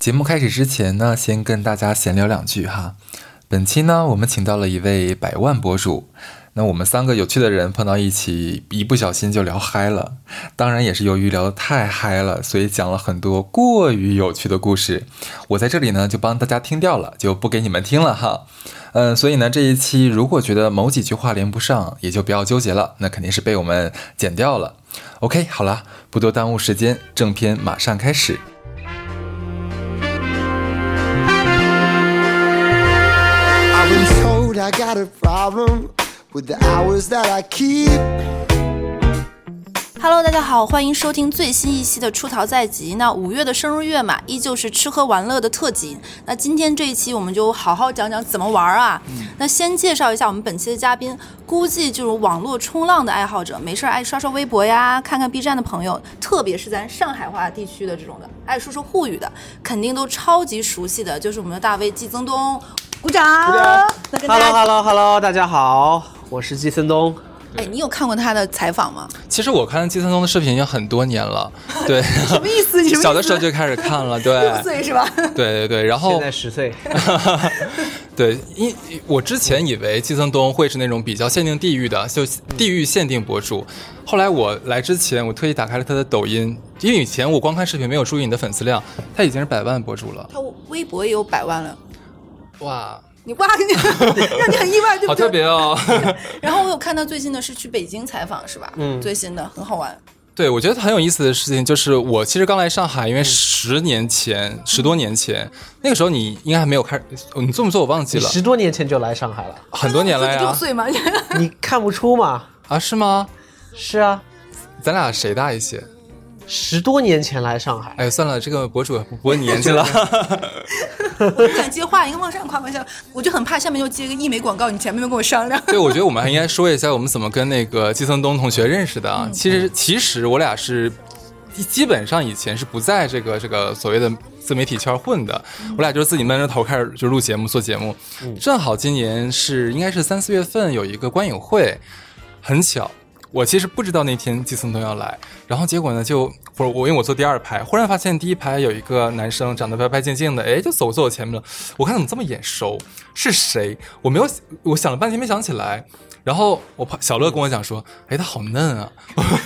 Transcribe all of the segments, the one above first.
节目开始之前呢，先跟大家闲聊两句哈。本期呢，我们请到了一位百万博主，那我们三个有趣的人碰到一起，一不小心就聊嗨了。当然也是由于聊得太嗨了，所以讲了很多过于有趣的故事。我在这里呢，就帮大家听掉了，就不给你们听了哈。嗯，所以呢，这一期如果觉得某几句话连不上，也就不要纠结了，那肯定是被我们剪掉了。OK，好啦，不多耽误时间，正片马上开始。 I've been told I got a problem with the hours that I keep. Hello，大家好，欢迎收听最新一期的《出逃在即》。那五月的生日月嘛，依旧是吃喝玩乐的特辑。那今天这一期，我们就好好讲讲怎么玩啊。那先介绍一下我们本期的嘉宾，估计就是网络冲浪的爱好者，没事儿爱刷刷微博呀，看看 B 站的朋友，特别是咱上海话地区的这种的，爱说说沪语的，肯定都超级熟悉的，就是我们的大 V 季增东。鼓掌！那跟 h 大 e l l o 家 h e，l l o h e l l o 大家好，我是季森东。哎，你有看过他的采访吗？其实我看季森东的视频已经很多年 了，对，什么意思？你什么意思小的时候就开始看了， 对六，岁是吧？对对对，哦然现后在十岁，对，因我之前以为季森东会是那种比较限定地域的，就地域限定博主。后来我来之前，我特意打开了他的抖音，因为以前我光看视频没有注意你的粉丝量，他已经是百万博主了，他微博也有百万了。哇，你哇，你 让你很意外，对好不对？特别 哦。然后我有看到最近的是去北京采访，是吧？嗯，最新的很好玩。对，我觉得很有意思的事情就是，我其实刚来上海，因为十年前、十多年前，那个时候你应该还没有开始，你做没做我忘记了，十多年前就来上 海了，很多年了六呀。岁吗？ 你看不出吗？啊，是吗？是啊，咱俩谁大一些？十多年前来 上海，哎，算了，这个博主不播年纪了。我不敢接话，应该往上夸夸下，我就很怕下面又接一个医美广告，你前面没跟我商量。 对，我觉得我们还应该说一下我们怎么跟那个季森东同学认识的啊。其实，其实我俩是基本上以前是不在这个这个所谓的自媒体圈混的，我俩就是自己闷着头开始就录节目做节目。正好今年是应该是三四月份有一个观影会，很巧。我其实不知道那天季森东要来，然后结果呢，就我我因为我坐第二排，忽然发现第一排有一个男生长得白白净净的，哎，就走坐我前面了。我看怎么这么眼熟，是谁？我没有，我想了半天没想起来。然后我朋小乐跟我讲说，哎，他好嫩啊，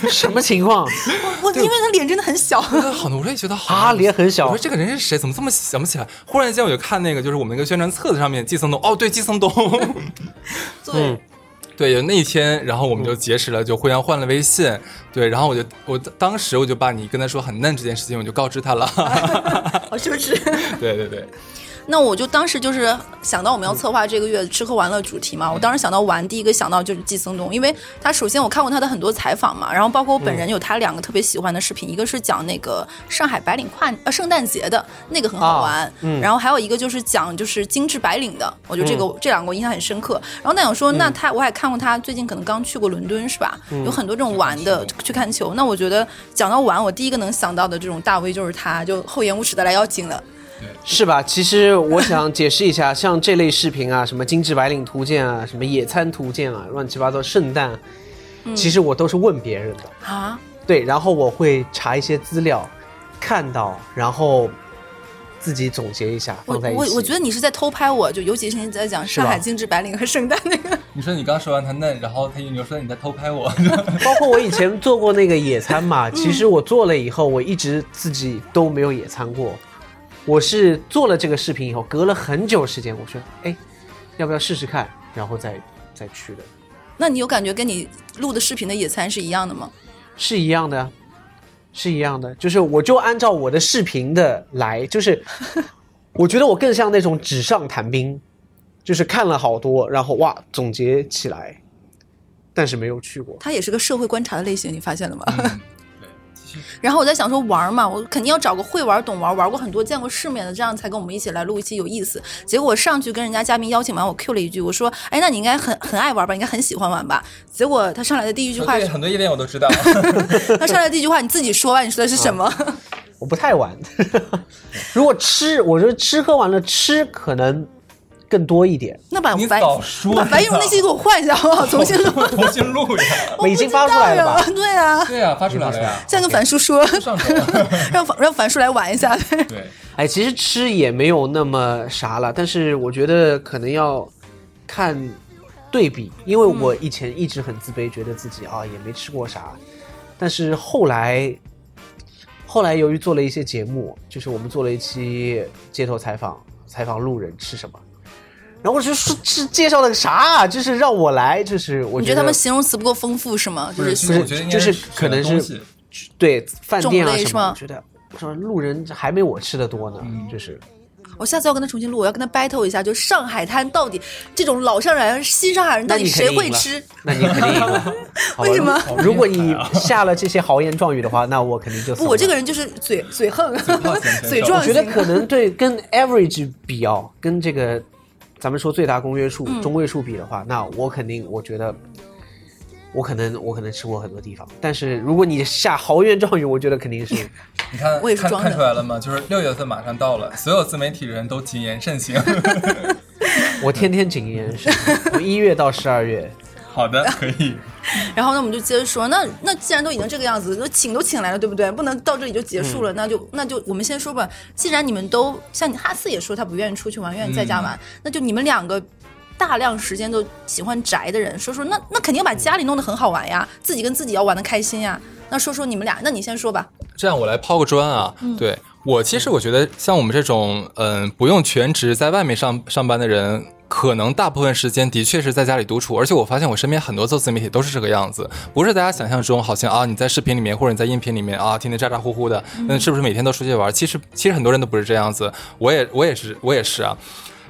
什么情况？我因为他脸真的很小，他好嫩，我也哎觉得好啊，脸很我小说，这个人是谁？怎么这么想不起来？忽然间我就看那个，就是我们那个宣传册子上面，季森东。哦，对，季森东。对，对，有那一天，然后我们就结识了，就互相换了微信。对，然后我就我当时我就把你跟他说很嫩这件事情，我就告知他了。 好羞耻。对对对，那我就当时就是想到我们要策划这个月吃喝玩乐主题嘛，我当时想到玩，第一个想到就是季森东，因为他首先我看过他的很多采访嘛，然后包括我本人有他两个特别喜欢的视频，一个是讲那个上海白领跨呃圣诞节的那个很好玩，然后还有一个就是讲就是精致白领的，我觉得这个、这两个我印象很深刻。然后那想说，那他我也看过他最近可能刚去过伦敦是吧？有很多这种玩的嗯去看球。那我觉得讲到玩，我第一个能想到的这种大 V 就是他，就厚颜无耻的来邀请了。是吧？其实我想解释一下， 像这类视频啊，什么精致白领图鉴啊，什么野餐图鉴啊，乱七八糟，圣诞，嗯其实我都是问别人的。啊，对，然后我会查一些资料，看到，然后自己总结一下，我放在一起。我我觉得你是在偷拍我，就尤其是你在讲上海精致白领和圣诞那个，你说你刚说完他嫩，然后他又说你在偷拍我。包括我以前做过那个野餐嘛，其实我做了以后，我一直自己都没有野餐过。我是做了这个视频以后，隔了很久时间，我说，哎，要不要试试看，然后再再去的，那你有感觉跟你录的视频的野餐是一样的吗？是一样的啊，是一样的，就是我就按照我的视频的来，就是我觉得我更像那种纸上谈兵，就是看了好多，然后哇总结起来，但是没有去过。他也是个社会观察的类型，你发现了吗？嗯 然后我在想说玩儿嘛，我肯定要找个会玩儿、懂玩儿、玩过很多、见过世面的，这样才跟我们一起来录一期有意思。结果我上去跟人家嘉宾邀请完，我 Q 了一句，我说：“哎，那你应该很很爱玩吧？应该很喜欢玩吧？”结果他上来的第 一句话对，是，很多夜店我都知道。他上来的第一句话你自己说吧，你说的是什么？嗯我不太玩。 如果吃，我觉得吃喝玩乐吃可能更多一点。 那把你白早说把白玉呀那期给我换一下好不好？重新录。 重新录一 下。我已经发出来了吧？对啊，对啊，发出来了呀。 再跟樊叔说，上手了。让樊让樊叔来玩一下。 对，哎，其实吃也没有那么啥了，但是我觉得可能要看对比，因为我以前一直很自卑，觉得自己啊也没吃过啥，但是后来。后来由于做了一些节目，就是我们做了一期街头采访，采访路人吃什么，然后我就说这介绍了啥、啊，就是让我来，就是我你觉觉得得他们形容词不够丰富是吗？就是其不实是我觉得应该就是选可能是东西对饭店啊种类什是么，吗我觉得我说路人还没我吃的多呢，就是我下次要跟他重新录，我要跟他 battle 一下，就上海滩到底这种老上海人、新上海人到底谁会吃？那你肯定赢 了，好吧为什么如如果你下了这些豪言壮语的话，那我肯定就不，怂我这了个人就是嘴嘴横炮型选手， 嘴我壮觉型。得可能对跟 average 比哦，跟这个咱们说最大公约数、嗯中位数比的话，那我肯定我觉得。我可能我可能吃过很多地方，但是如果你下豪言壮语，我觉得肯定 是你看，我也是看装的看出来了吗？就是六月份马上到了，所有自媒体人都谨言慎行。 我天天谨言慎行，我一月到十二月好的，可以。然后呢，我们就接着说，那那既然都已经这个样子，那请都请来了，对不对？不能到这里就结嗯束了，那就那就我们先说吧。既然你们都像你哈斯也说他不愿意出去玩，愿意在嗯家玩，那就你们两个。大量时间都喜欢宅的人，说说那那肯定要把家里弄得很好玩呀，自己跟自己要玩的开心呀。那说说你们俩，那你先说吧。这样我来抛个砖啊，对我其实我觉得像我们这种嗯不用全职在外面上上班的人。可能大部分时间的确是在家里独处，而且我发现我身边很多做自媒体都是这个样子，不是大家想象中好像啊你在视频里面或者你在音频里面啊天天咋咋呼呼的，那是不是每天都出去玩？其实其实很多人都不是这样子，我也我也是我也是啊。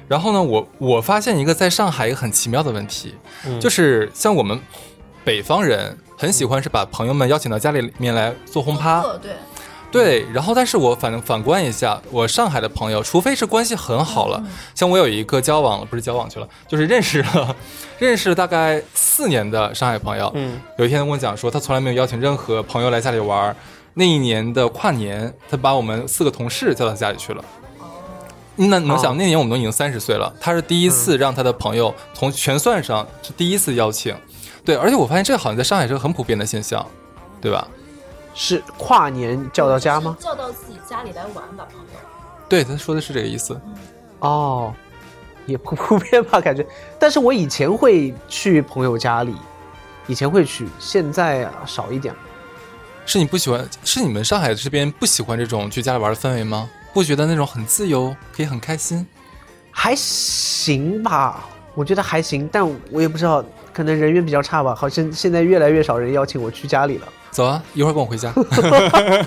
然后呢，我我发现一个在上海一个很奇妙的问题，就是像我们北方人很喜欢是把朋友们邀请到家里面来做轰趴，做哦对，对，然后但是我反反观一下，我上海的朋友，除非是关系很好了，像我有一个交往不是交往去了，就是认识了， 认识了大概四年的上海朋友，嗯，有一天跟我讲说，他从来没有邀请任何朋友来家里玩儿，那一年的跨年，他把我们四个同事叫到家里去了。那你能想，哦那年我们都已经三十岁了，他是第一次让他的朋友从全算上是第一次邀请，对，而且我发现这个好像在上海是个很普遍的现象，对吧？是跨年叫到家吗？叫到自己家里来玩吧，朋友。对，他说的是这个意思。哦，也不普遍吧，感觉。但是我以前会去朋友家里，以前会去，现在少一点。是你不喜欢，是你们上海这边不喜欢这种去家里玩的氛围吗？不觉得那种很自由，可以很开心？还行吧，我觉得还行，但我也不知道，可能人缘比较差吧。好像现在越来越少人邀请我去家里了。走啊，一会儿跟我回家。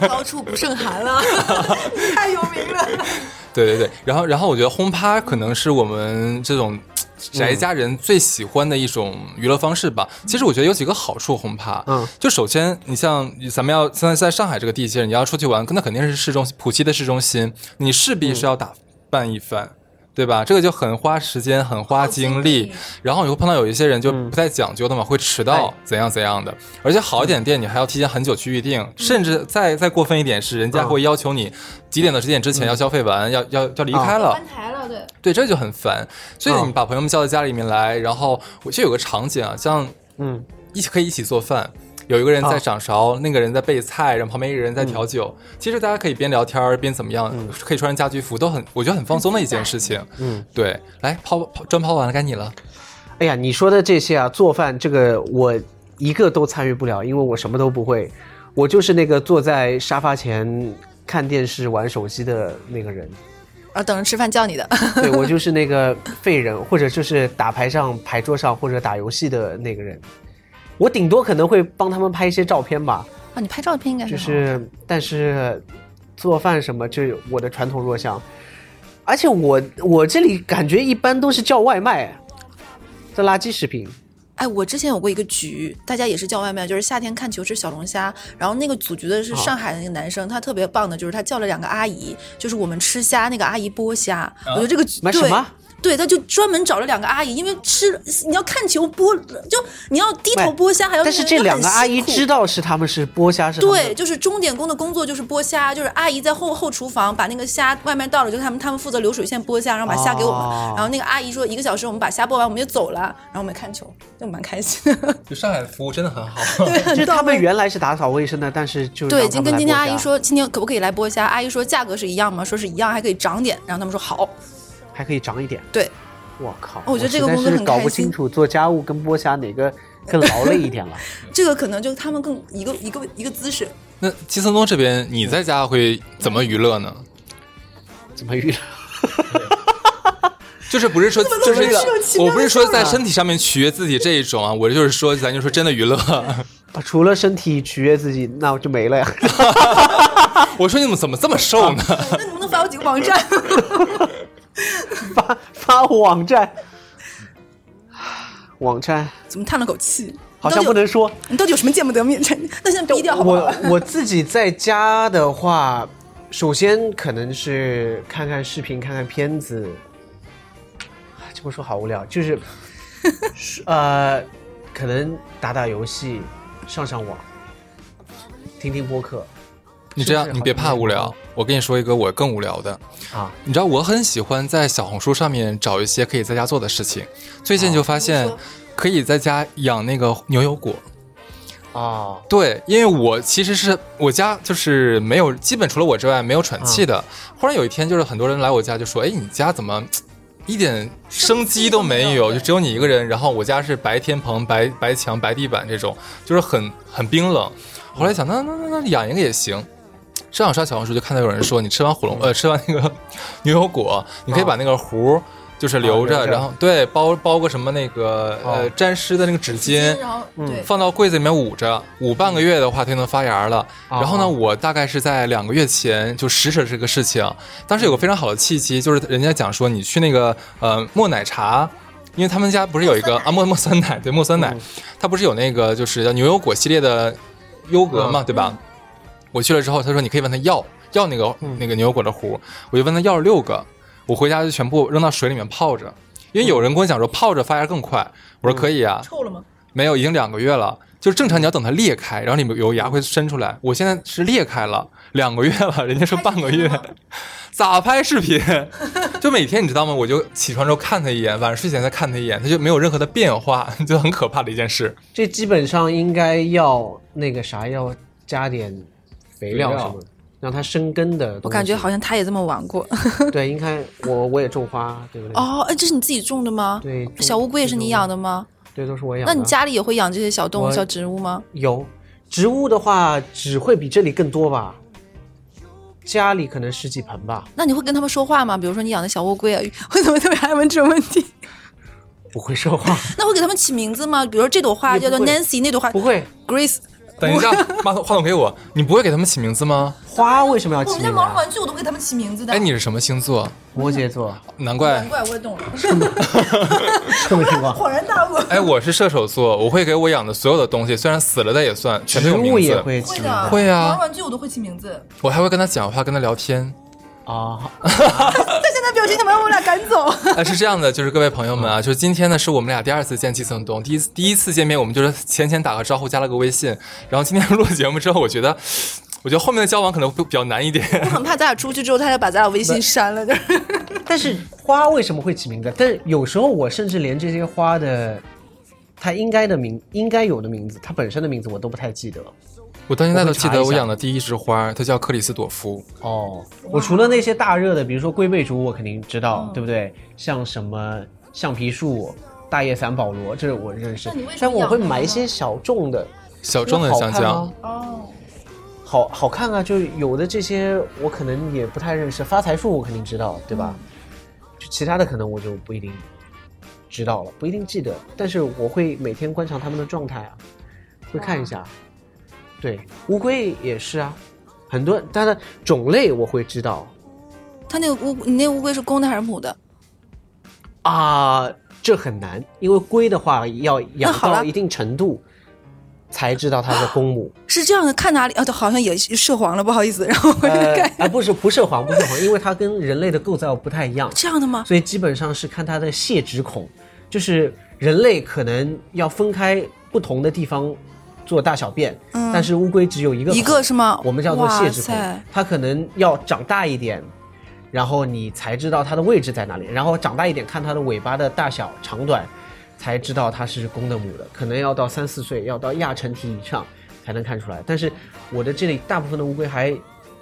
高处不胜寒 了，你太有名了。对对对，然后然后我觉得轰趴可能是我们这种嘖宅家人最喜欢的一种娱乐方式吧。其实我觉得有几个好处，轰趴，嗯，就首先你像咱们要现在在上海这个地界，你要出去玩，那肯定是市中浦西的市中心，你势必是要打扮一番。对吧？这个就很花时间，很花精力，然后你会碰到有一些人就不太讲究的嘛，会迟到嗯哎怎样怎样的。而且好一点店你还要提前很久去预定，甚至再再过分一点是，人家嗯哦会要求你几点到几点之前要消费完，要要要离开了。翻台了，对，对，这就很烦。所以嗯你把朋友们叫到家里面来，然后我记得有个场景啊，像嗯，一起可以一起做饭，有一个人在啊掌勺，那个人在备菜，然后旁边一个人在嗯调酒。其实大家可以边聊天儿边怎么样，可以穿上家居服，都很我觉得很放松的一件事情。嗯，对，来抛抛砖抛完了，该你了。哎呀，你说的这些啊，做饭这个我一个都参与不了，因为我什么都不会，我就是那个坐在沙发前看电视玩手机的那个人。啊，等着吃饭叫你的。 对我就是那个废人，或者就是打牌上、牌桌上或者打游戏的那个人。我顶多可能会帮他们拍一些照片吧，啊，你拍照片应该好就是但是做饭什么，就是我的传统弱项。而且我我这里感觉一般都是叫外卖，这垃圾食品。哎，我之前有过一个局，大家也是叫外卖，就是夏天看球吃小龙虾。然后那个组局的是啊上海的那个男生，他特别棒的，就是他叫了两个阿姨，就是我们吃虾，那个阿姨剥虾。我觉得这个局啊买什对么对，他就专门找了两个阿姨，因为吃你要看球剥，就你要低头剥虾，还要但是这两个阿姨知道。道是他们是剥虾是他们的对，就是钟点工的工作就是剥虾，就是阿姨在后后厨房把那个虾外面到了，就他们他们负责流水线剥虾，然后把虾给我们。哦然后那个阿姨说一个小时我们把虾剥完我们就走了，然后我们看球，就蛮开心的。就上海的服务真的很好。 对，很就是到他们位原来是打扫卫生的，但是就对，让已经他们跟来今天阿剥姨虾，说今天可不可以来剥虾，阿姨说价格是一样吗？说是一样，还可以涨点。然后他们说好。还可以长一点。对，我靠！哦我觉得这个实在工作是很搞不开心清楚做家务跟剥虾哪个更劳累一 点了。这个可能就他们更一个一个一个姿势，那季森东这边，你在家会怎么娱乐呢？怎么娱 乐？就是不是说，么就都是这种是奇妙我的不是说事儿在啊身体上面取悦自己这一种啊，我就是说，咱就说真的娱乐。 啊除了身体取悦自己，那我就没了呀。我说你们怎么这么瘦呢？啊那能不能发我几个网站？发 发网站，网站怎么叹了口气？好像不能你到底说。有，你到底有什么见不得面？真的那现在逼掉好不好我？ 我自己在家的话，首先可能是看看视频，看看片子。啊这么说好无聊，就是 是呃，可能打打游戏，上上网，听听播客你这样是，不是你别怕无聊。我跟你说一个我更无聊的，啊。你知道我很喜欢在小红书上面找一些可以在家做的事情。最啊近就发现可以在家养那个牛油果。哦，对，因为我其实是我家就是没有，基本除了我之外没有喘气的。忽然有一天，就是很多人来我家就说：“哎，你家怎么一点生机都没有？就只有你一个人。”然后我家是白天棚、白白墙、白地板这种，就是很很冰冷。后来想，那那那那养一个也行。上网刷小红书就看到有人说，你吃完火龙呃吃完那个牛油果，你可以把那个核。就是留着，啊留着然后对包包个什么那个、呃哦沾湿的那个纸巾，然后对，放到柜子里面捂着，捂半个月的话，它就能发芽了。哦然后呢，我大概是在两个月前就实施了这个事情。当时有个非常好的契机，就是人家讲说，你去那个呃莫奶茶，因为他们家不是有一个啊莫莫酸奶，对莫酸奶，它不是有那个就是叫牛油果系列的优格嘛，对吧？我去了之后，他说你可以问他要要那个那个牛油果的核，我就问他要了六个，我回家就全部扔到水里面泡着。因为有人跟我讲说泡着发芽更快，我说可以啊，臭了吗？没有，已经两个月了。就是正常你要等它裂开，然后里面有牙会伸出来。我现在是裂开了，两个月了，人家说半个 月，咋拍视频？就每天你知道吗？我就起床之后看它一眼，晚上睡前再看它一眼，它就没有任何的变化， 就很可怕的一件事。这基本上应该要那个啥，要加点肥料肥料什么的，让它生根的东西。我感觉好像他也这么玩过。对，应该我我也种花，对不对？哦，哎，这是你自己种的吗？对种小乌龟也是你养的吗？对，都是我养的。那你家里也会养这些小动物、我小植物吗？有植物的话，只会比这里更多吧？家里可能十几盆吧，那你会跟他们说话吗？比如说你养的小乌龟啊，我怎么特别爱问这种问题？不会 说话，那会给他们起名字吗？比如说这朵花也叫不做会 Nancy，那朵花不会。 Grace。等一下，妈话筒给我，你不会给它们起名字吗？花为什么要我起们家名字毛绒啊？玩具我都会给他们起名字的。哎，你是什么星座？摩羯座，难怪难。怪我懂了，这么听过。 恍然大悟。哎，我是射手座，我会给我养的所有的东西，虽然死了的也算， 全都植有名物也字。会起 会名的，会啊毛绒玩具我都会起名字。我还会跟他讲话，跟他聊天。啊！他现在表情想把我们俩赶走。啊，是这样的，就是各位朋友们啊，就是今天呢是我们俩第二次见季森东，第一次第一次见面我们就是浅浅打个招呼，加了个微信，然后今天 录节目之后，我觉得，我觉得后面的交往可能会比较难一点。 我很怕咱俩出去之 后，他就把咱俩微信删了。就是但是花为什么会起名字？但是有时候我甚至连这些花的，它应该的名、应该有的名字，它本身的名字我都不太记得了。我到现在都记我会查得一下我养的第一枝花，它叫克里斯朵夫，哦，我除了那些大热的，比如说龟背竹，我肯定知嗯道，对不对？像什么橡皮树、大叶伞保罗，这是我认识那你为。什但么我养会它呢买一些小众的，小众的香因为好看啊蕉。哦，好好看啊，就有的这些我可能也不太认识。发财树我肯定知道，对吧？就其他的可能我就不一定知道了，不一定记得。但是我会每天观察它们的状态啊，会看一下。对，乌龟也是啊，很多它的种类我会知道，他那个乌，你那乌龟是公的还是母的？啊，这很难，因为龟的话要那养好到了一定程度才知道她是公母。是这样的，看哪里啊？对，好像也涉黄了， 不好意思，然后我就呃 看、，啊，不是不涉黄，不涉黄，因为它跟人类的构造不太一样，这样的吗？所以基本上是看它的泄殖孔，就是人类可能要分开不同的地方做大小便，但是乌龟只有一个嗯孔一个是吗？我们叫做泄殖哇孔塞，它可能要长大一点，然后你才知道它的位置在哪里，然后长大一点看它的尾巴的大小长短，才知道它是公的母的，可能要到三四岁，要到亚成体以上才能看出来。但是我的这里大部分的乌龟还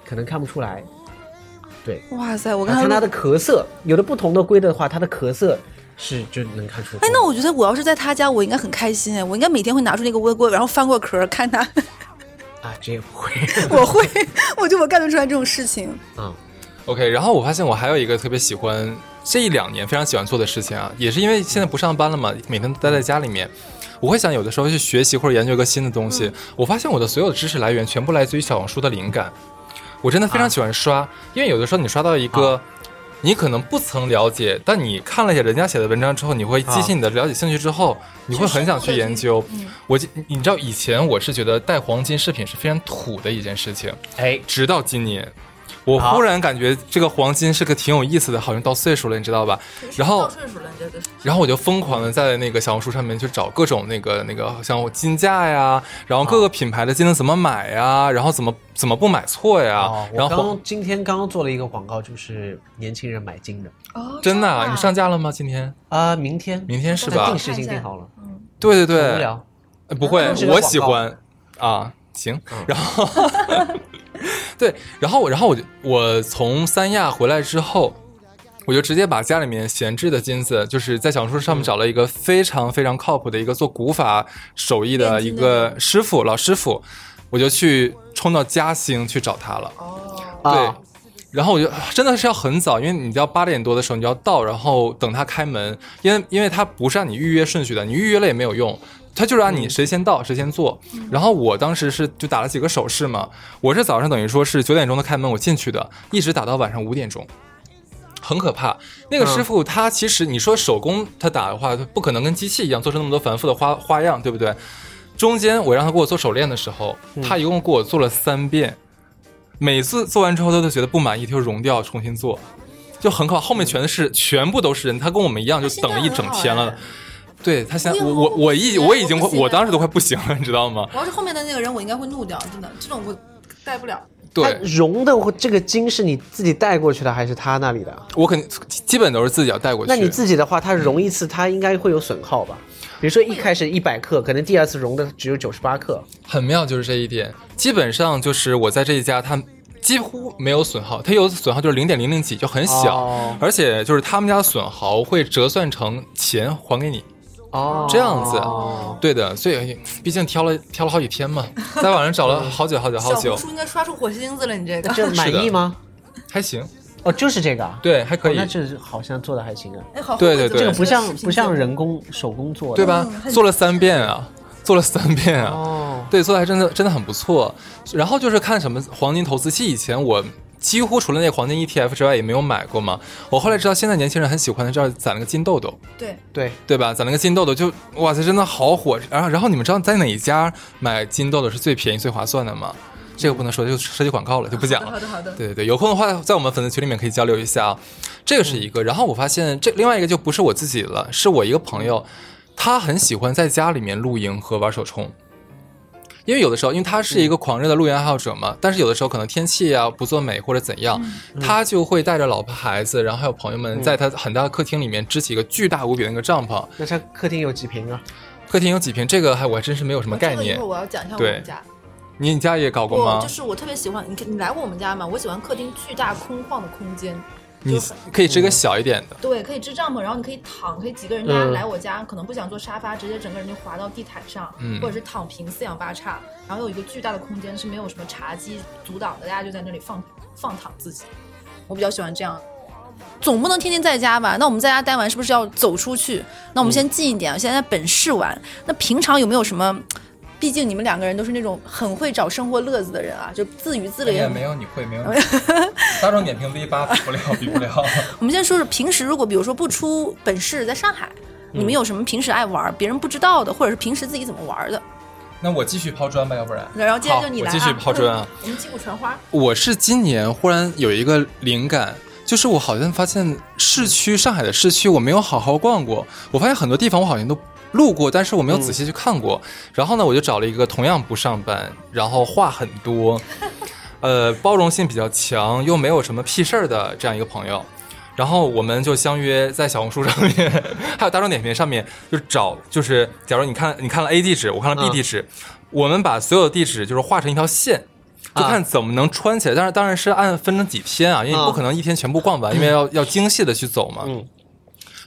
可能看不出来，对，哇塞！我我刚才啊看它录的壳色，有的不同的龟的话，它的壳色是就能看出。哎，那我觉得我要是在他家，我应该很开心哎，我应该每天会拿出那个微波，然后翻过壳儿看他。啊，这也不 会我会，我就我干得出来这种事情。啊， OK，然后我发现我还有一个特别喜欢这一两年非常喜欢做的事情啊，也是因为现在不上班了嘛，每天待在家里面，我会想有的时候去学习或者研究一个新的东西。我发现我的所有知识来源全部来自于小红书的灵感，我真的非常喜欢刷，因为有的时候你刷到一个。你可能不曾了解，但你看了一下人家写的文章之后，你会激起你的了解兴趣之后，你会很想去研究。我记你知道以前我是觉得带黄金饰品是非常土的一件事情，哎，直到今年，我忽然感觉这个黄金是个挺有意思的，好像到岁数了，你知道吧？然后，然后我就疯狂的在那个小红书上面去找各种那个那个像我金价呀，然后各个品牌的金子怎么买呀，然后怎么怎么不买错呀哦，，我然后刚黄今天刚刚做了一个广告，就是年轻人买金的哦，真的这啊，样你上架了吗？今天？啊，明天明天是但吧定？时已经定好了，对对很无对，聊呃不会当时，的我广告喜欢啊，行，然后 对，然后我然后我就我从三亚回来之后，我就直接把家里面闲置的金子，就是在小红书上面嗯找了一个非常非常靠谱的一个做古法手艺的一个师傅老师傅，我就去冲到嘉兴去找他了。对啊，。然后我就啊真的是要很早，因为你要八点多的时候你就要到，然后等他开门，因为因为他不是按你预约顺序的，你预约了也没有用，他就是按你谁先到谁先做。然后我当时是就打了几个手势嘛，我是早上等于说是九点钟的开门，我进去的，一直打到晚上五点钟。很可怕。那个师傅他其实你说手工他打的话，他不可能跟机器一样做出那么多繁复的花花样，对不对？中间我让他给我做手链的时候，嗯他一共给我做了三遍，每次做完之后他都觉得不满意，他就融掉重新做，就很可怕。后面全是嗯全部都是人，他跟我们一样，就等了一整天了。对他现在，我我我已我已经快，我当时都快不行了，你知道吗？我要是后面的那个人，我应该会怒掉，真的，这种我带不了。对它，融的这个金是你自己带过去的，还是他那里的？我肯定基本都是自己要带过去。那你自己的话，它融一次，它应该会有损耗吧？比如说一开始一百克，可能第二次融的只有九十八克，很妙就是这一点，基本上就是我在这一家，它几乎没有损耗，它有损耗就是零点零零几，就很小，哦而且就是他们家的损耗会折算成钱还给你，哦，这样子。对的，所以毕竟挑了挑了好几天嘛，在网上找了好久好久好久，应该刷出火星子了，你这个那这满意吗？ 还行，哦，就是这个啊，对，还可哦以那，这好像做的还行啊，哎，好对对对这个不像不像人工手工做的，对？吧？做了三遍啊，做了三遍啊，嗯哦， 对，做的还真的真的很不错。然后就是看什么黄金投资器，以前我几乎除了那个黄金 ETF 之外也没有买过嘛。我后来知道，现在年轻人很喜欢的，这攒了个金豆豆，对，对，对吧？攒了个金豆豆就哇塞，真的好火。然后然后你们知道在哪一家买金豆豆是最便宜最划算的吗？这个不能说，就涉及广告了，就不讲了。好的好的，对对对，有空的话，在我们粉丝群里面可以交流一下啊。这个是一个，嗯然后我发现这另外一个就不是我自己了，是我一个朋友，他很喜欢在家里面露营和玩手冲。因为有的时候，因为他是嗯一个狂热的露营爱好者嘛，但是有的时候可能天气啊不作美或者怎样，嗯他就会带着老婆孩子，然后还有朋友们，在他很大的客厅里面支起一个巨大无比的那个帐篷。那它客厅有几平啊？客厅有几平？这个还我还真是没有什么概这个一念会儿。我要讲一下我对们家。你你家也搞过吗？不，就是我特别喜欢你，你来过我们家吗？我喜欢客厅巨大空旷的空间，你可以支嗯个小一点的。对，可以支帐篷，然后你可以躺，可以几个人，大家嗯来我家，可能不想坐沙发，直接整个人就滑到地毯上，嗯或者是躺平四仰八叉，然后有一个巨大的空间是没有什么茶几阻挡的，大家就在那里放放躺自己。我比较喜欢这样。总不能天天在家吧？那我们在家待完，是不是要走出去？那我们嗯先近一点，现在在本市玩。那平常有没有什么？毕竟你们两个人都是那种很会找生活乐子的人啊，就自娱自乐也很有你哎会，没有你。 大众点评 V 八比不了，比不了。 我们先说说平时，如果比如说不出嗯本市，在上海，你们有什么平时爱玩、别人不知道的，或者是平时自己怎么玩的？那我继续抛砖吧，要不然。然后接着好就你我来继续啊抛砖 啊。嗯我们击鼓传花，我是今年忽然有一个灵感，就是我好像发现市区上海的市区我没有好好逛过，我发现很多地方我好像都路过，但是我没有仔嗯细去看过。然后呢，我就找了一个同样不上班，然后话很多，呃，包容性比较强，又没有什么屁事儿的这样一个朋友。然后我们就相约在小红书上面， 还有大众点评上面，就找就是，假如你看你看了 A 地址，我看了 B 嗯地址，我们把所有地址就是画成一条线，就啊看怎么能穿起来。但是当然是按分成几天啊，因为你啊不可能一天全部逛完，因为要要精细的去走嘛。嗯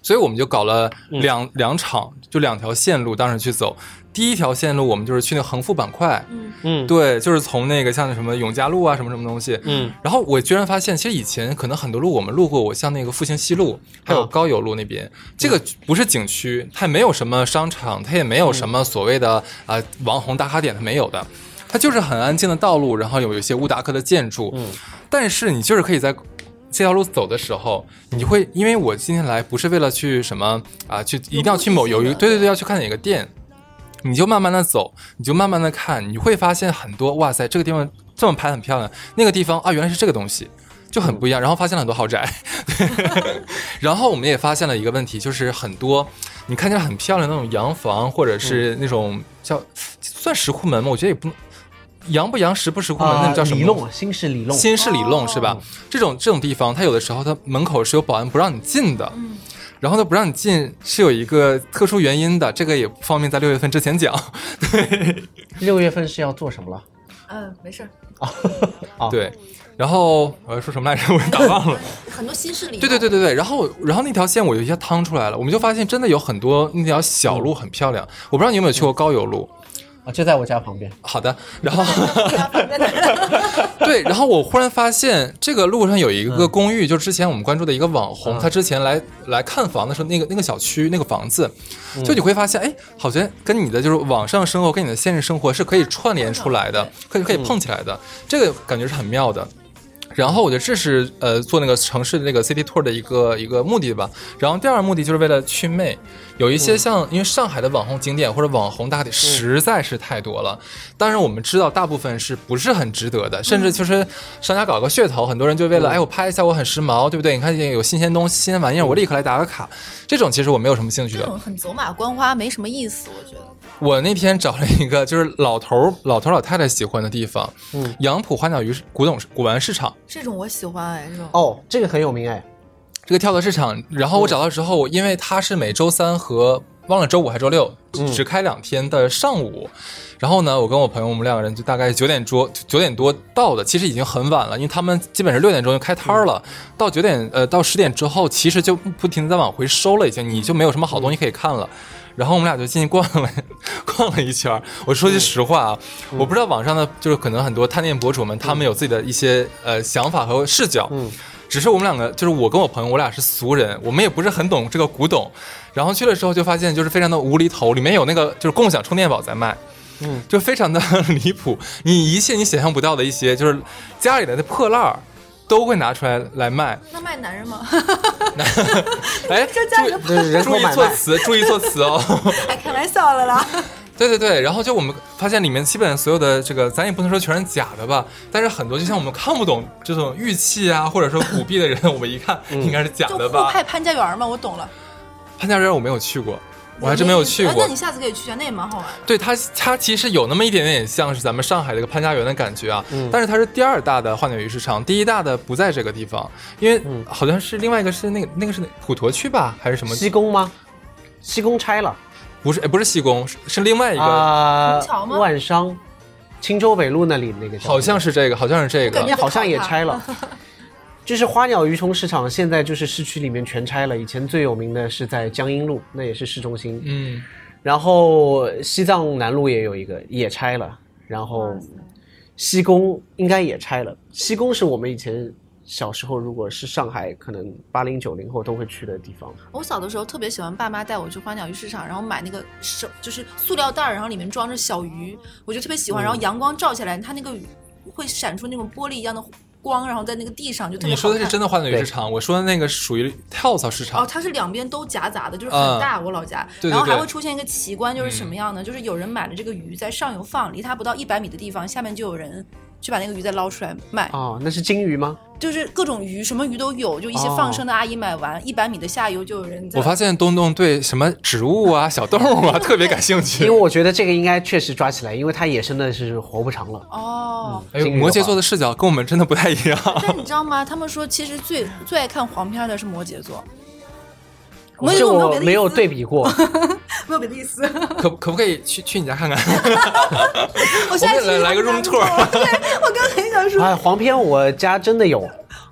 所以我们就搞了两、两场，就两条线路，当时去走。第一条线路我们就是去那个横幅板块，嗯对，就是从那个像什么永嘉路啊，什么什么东西，嗯。然后我居然发现，其实以前可能很多路我们路过，我像那个复兴西路，还有啊高邮路那边，这个不是景区，它也没有什么商场，它也没有什么所谓的啊、呃网红打卡点，它没有的，它就是很安静的道路，然后有一些乌达克的建筑，嗯但是你就是可以在这条路走的时候，你会因为我今天来不是为了去什么啊、去一定要去某有一对对对要去看哪个店，你就慢慢的走，你就慢慢的看，你会发现很多哇塞，这个地方这么拍很漂亮，那个地方啊原来是这个东西，就很不一样。然后发现了很多豪宅， 然后我们也发现了一个问题，就是很多你看起来很漂亮的那种洋房，或者是那种叫算石库门吗？我觉得也不洋不洋，石不石库门，那啊，个叫什么里东西？弄，新式里弄，新式里弄是吧？这种这种地方，它有的时候它门口是有保安不让你进的，然后呢不让你进是有一个特殊原因的，这个也不方便在六月份之前讲。六月份是要做什么了？嗯，没事儿，啊对，然后我要说什么来着？我打忘了。很多新势力。 对对对对对，然后然后那条线我就一下趟出来了，我们就发现真的有很多那条小路很漂亮。我不知道你有没有去过高邮路？啊，就在我家旁边。好的，然后对，然后我忽然发现这个路上有一个公寓，就之前我们关注的一个网红，嗯他之前来来看房的时候，那个那个小区那个房子，就你会发现，哎，好像跟你的就是网上生活跟你的现实生活是可以串联出来的，可以可以碰起来的，这个感觉是很妙的。然后我觉得这是呃做那个城市的那个 city tour 的一个一个目的吧。然后第二个目的就是为了祛魅，有一些像、因为上海的网红景点或者网红大点实在是太多了，当然我们知道大部分是不是很值得的，甚至就是商家搞个噱头，很多人就为了、哎我拍一下我很时髦，对不对？你看见有新鲜东西、新鲜玩意儿，我立刻来打个卡。这种其实我没有什么兴趣这的。种很走马观花，没什么意思，我觉得。我那天找了一个就是老头儿老头儿老太太喜欢的地方，嗯，杨浦花鸟鱼古董古玩市场。这种我喜欢哎，这种哦，这个很有名哎，这个跳蚤市场，然后我找到之后，因为它是每周三和忘了周五还是周六、只开两天的上午，然后呢，我跟我朋友我们两个人就大概九点多九点多到的，其实已经很晚了，因为他们基本是六点钟就开摊儿了，到九点呃到十点之后，其实就不停的在往回收了，已经你就没有什么好东西可以看了。然后我们俩就进去逛了 逛了一圈儿。我说句实话啊，我不知道网上的就是可能很多探店博主们，他们有自己的一些呃想法和视角。嗯，只是我们两个，就是我跟我朋友，我俩是俗人，我们也不是很懂这个古董。然后去了之后就发现就是非常的无厘头，里面有那个就是共享充电宝在卖。嗯，就非常的 离谱，你一切你想象不到的一些，就是家里的那破烂儿，都会拿出来来卖。那卖男人吗？ 哎，这是人注口意买措卖。辞，注意措辞哦。 哎，开玩笑了啦。对对对，然后就我们发现里面基本所有的这个，咱也不能说全是假的吧，但是很多就像我们看不懂这种玉器啊，或者说古币的人，我们一看应该是假就的互吧。派潘家园嘛，我懂了，潘家园我没有去过，我还真没有去哎过那你。下次可以去啊，那也蛮好玩的。对它，它其实有那么一点点像是咱们上海的一个潘家园的感觉啊，但是它是第二大的花鸟鱼市场，第一大的不在这个地方，因为好像是另外一个是那个那个是哪普陀区吧，还是什么？西宫吗？西宫拆了不是，哎不是西宫，是是另外一个，啊虹桥，吗万商，青州北路那里那个叫好像是这个，好像是这我感个觉。好像也拆了。 就是花鸟鱼虫市场，现在就是市区里面全拆了。以前最有名的是在江阴路，那也是市中心。嗯，然后西藏南路也有一个，也拆了。然后西宫应该也拆了。西宫是我们以前小时候，如果是上海，可能八零九零后都会去的地方。我小的时候特别喜欢爸妈带我去花鸟鱼市场，然后买那个手就是塑料袋儿，然后里面装着嗯小鱼，我就特别喜欢。然后阳光照下来，它那个鱼会闪出那种玻璃一样的光，然后在那个地上就特别你说的是真的的花鸟鱼对市场，我说的那个属于跳蚤市场。哦，它是两边都夹杂的，就是嗯很大。我老家，对对然后还对嗯会出现一个奇观，就是什么样呢？就是有人买了这个鱼，在上游放，离它不到一百米的地方，下面就有人去把那个鱼再捞出来啊卖。哦，那是金鱼吗？就是各种鱼，什么鱼都有，就一些放生的阿姨买完，一百米的下游就有人哦在。我发现东东对什么植物啊、小动物 啊特别感兴因趣为。我觉得这个应该确实抓起来，因为它野生的是活不长了。哦，哎呦，金鱼的话摩羯座的视角跟我们真的不太一样。但你知道吗？他们说其实最最爱看黄片的是摩羯座，摩羯这座没有我别的没有意思对 比过，没有别的意思。可可不可以去去你家看看？我现在我们来来个 room tour 对，我刚才想说，哎，黄片我家真的有，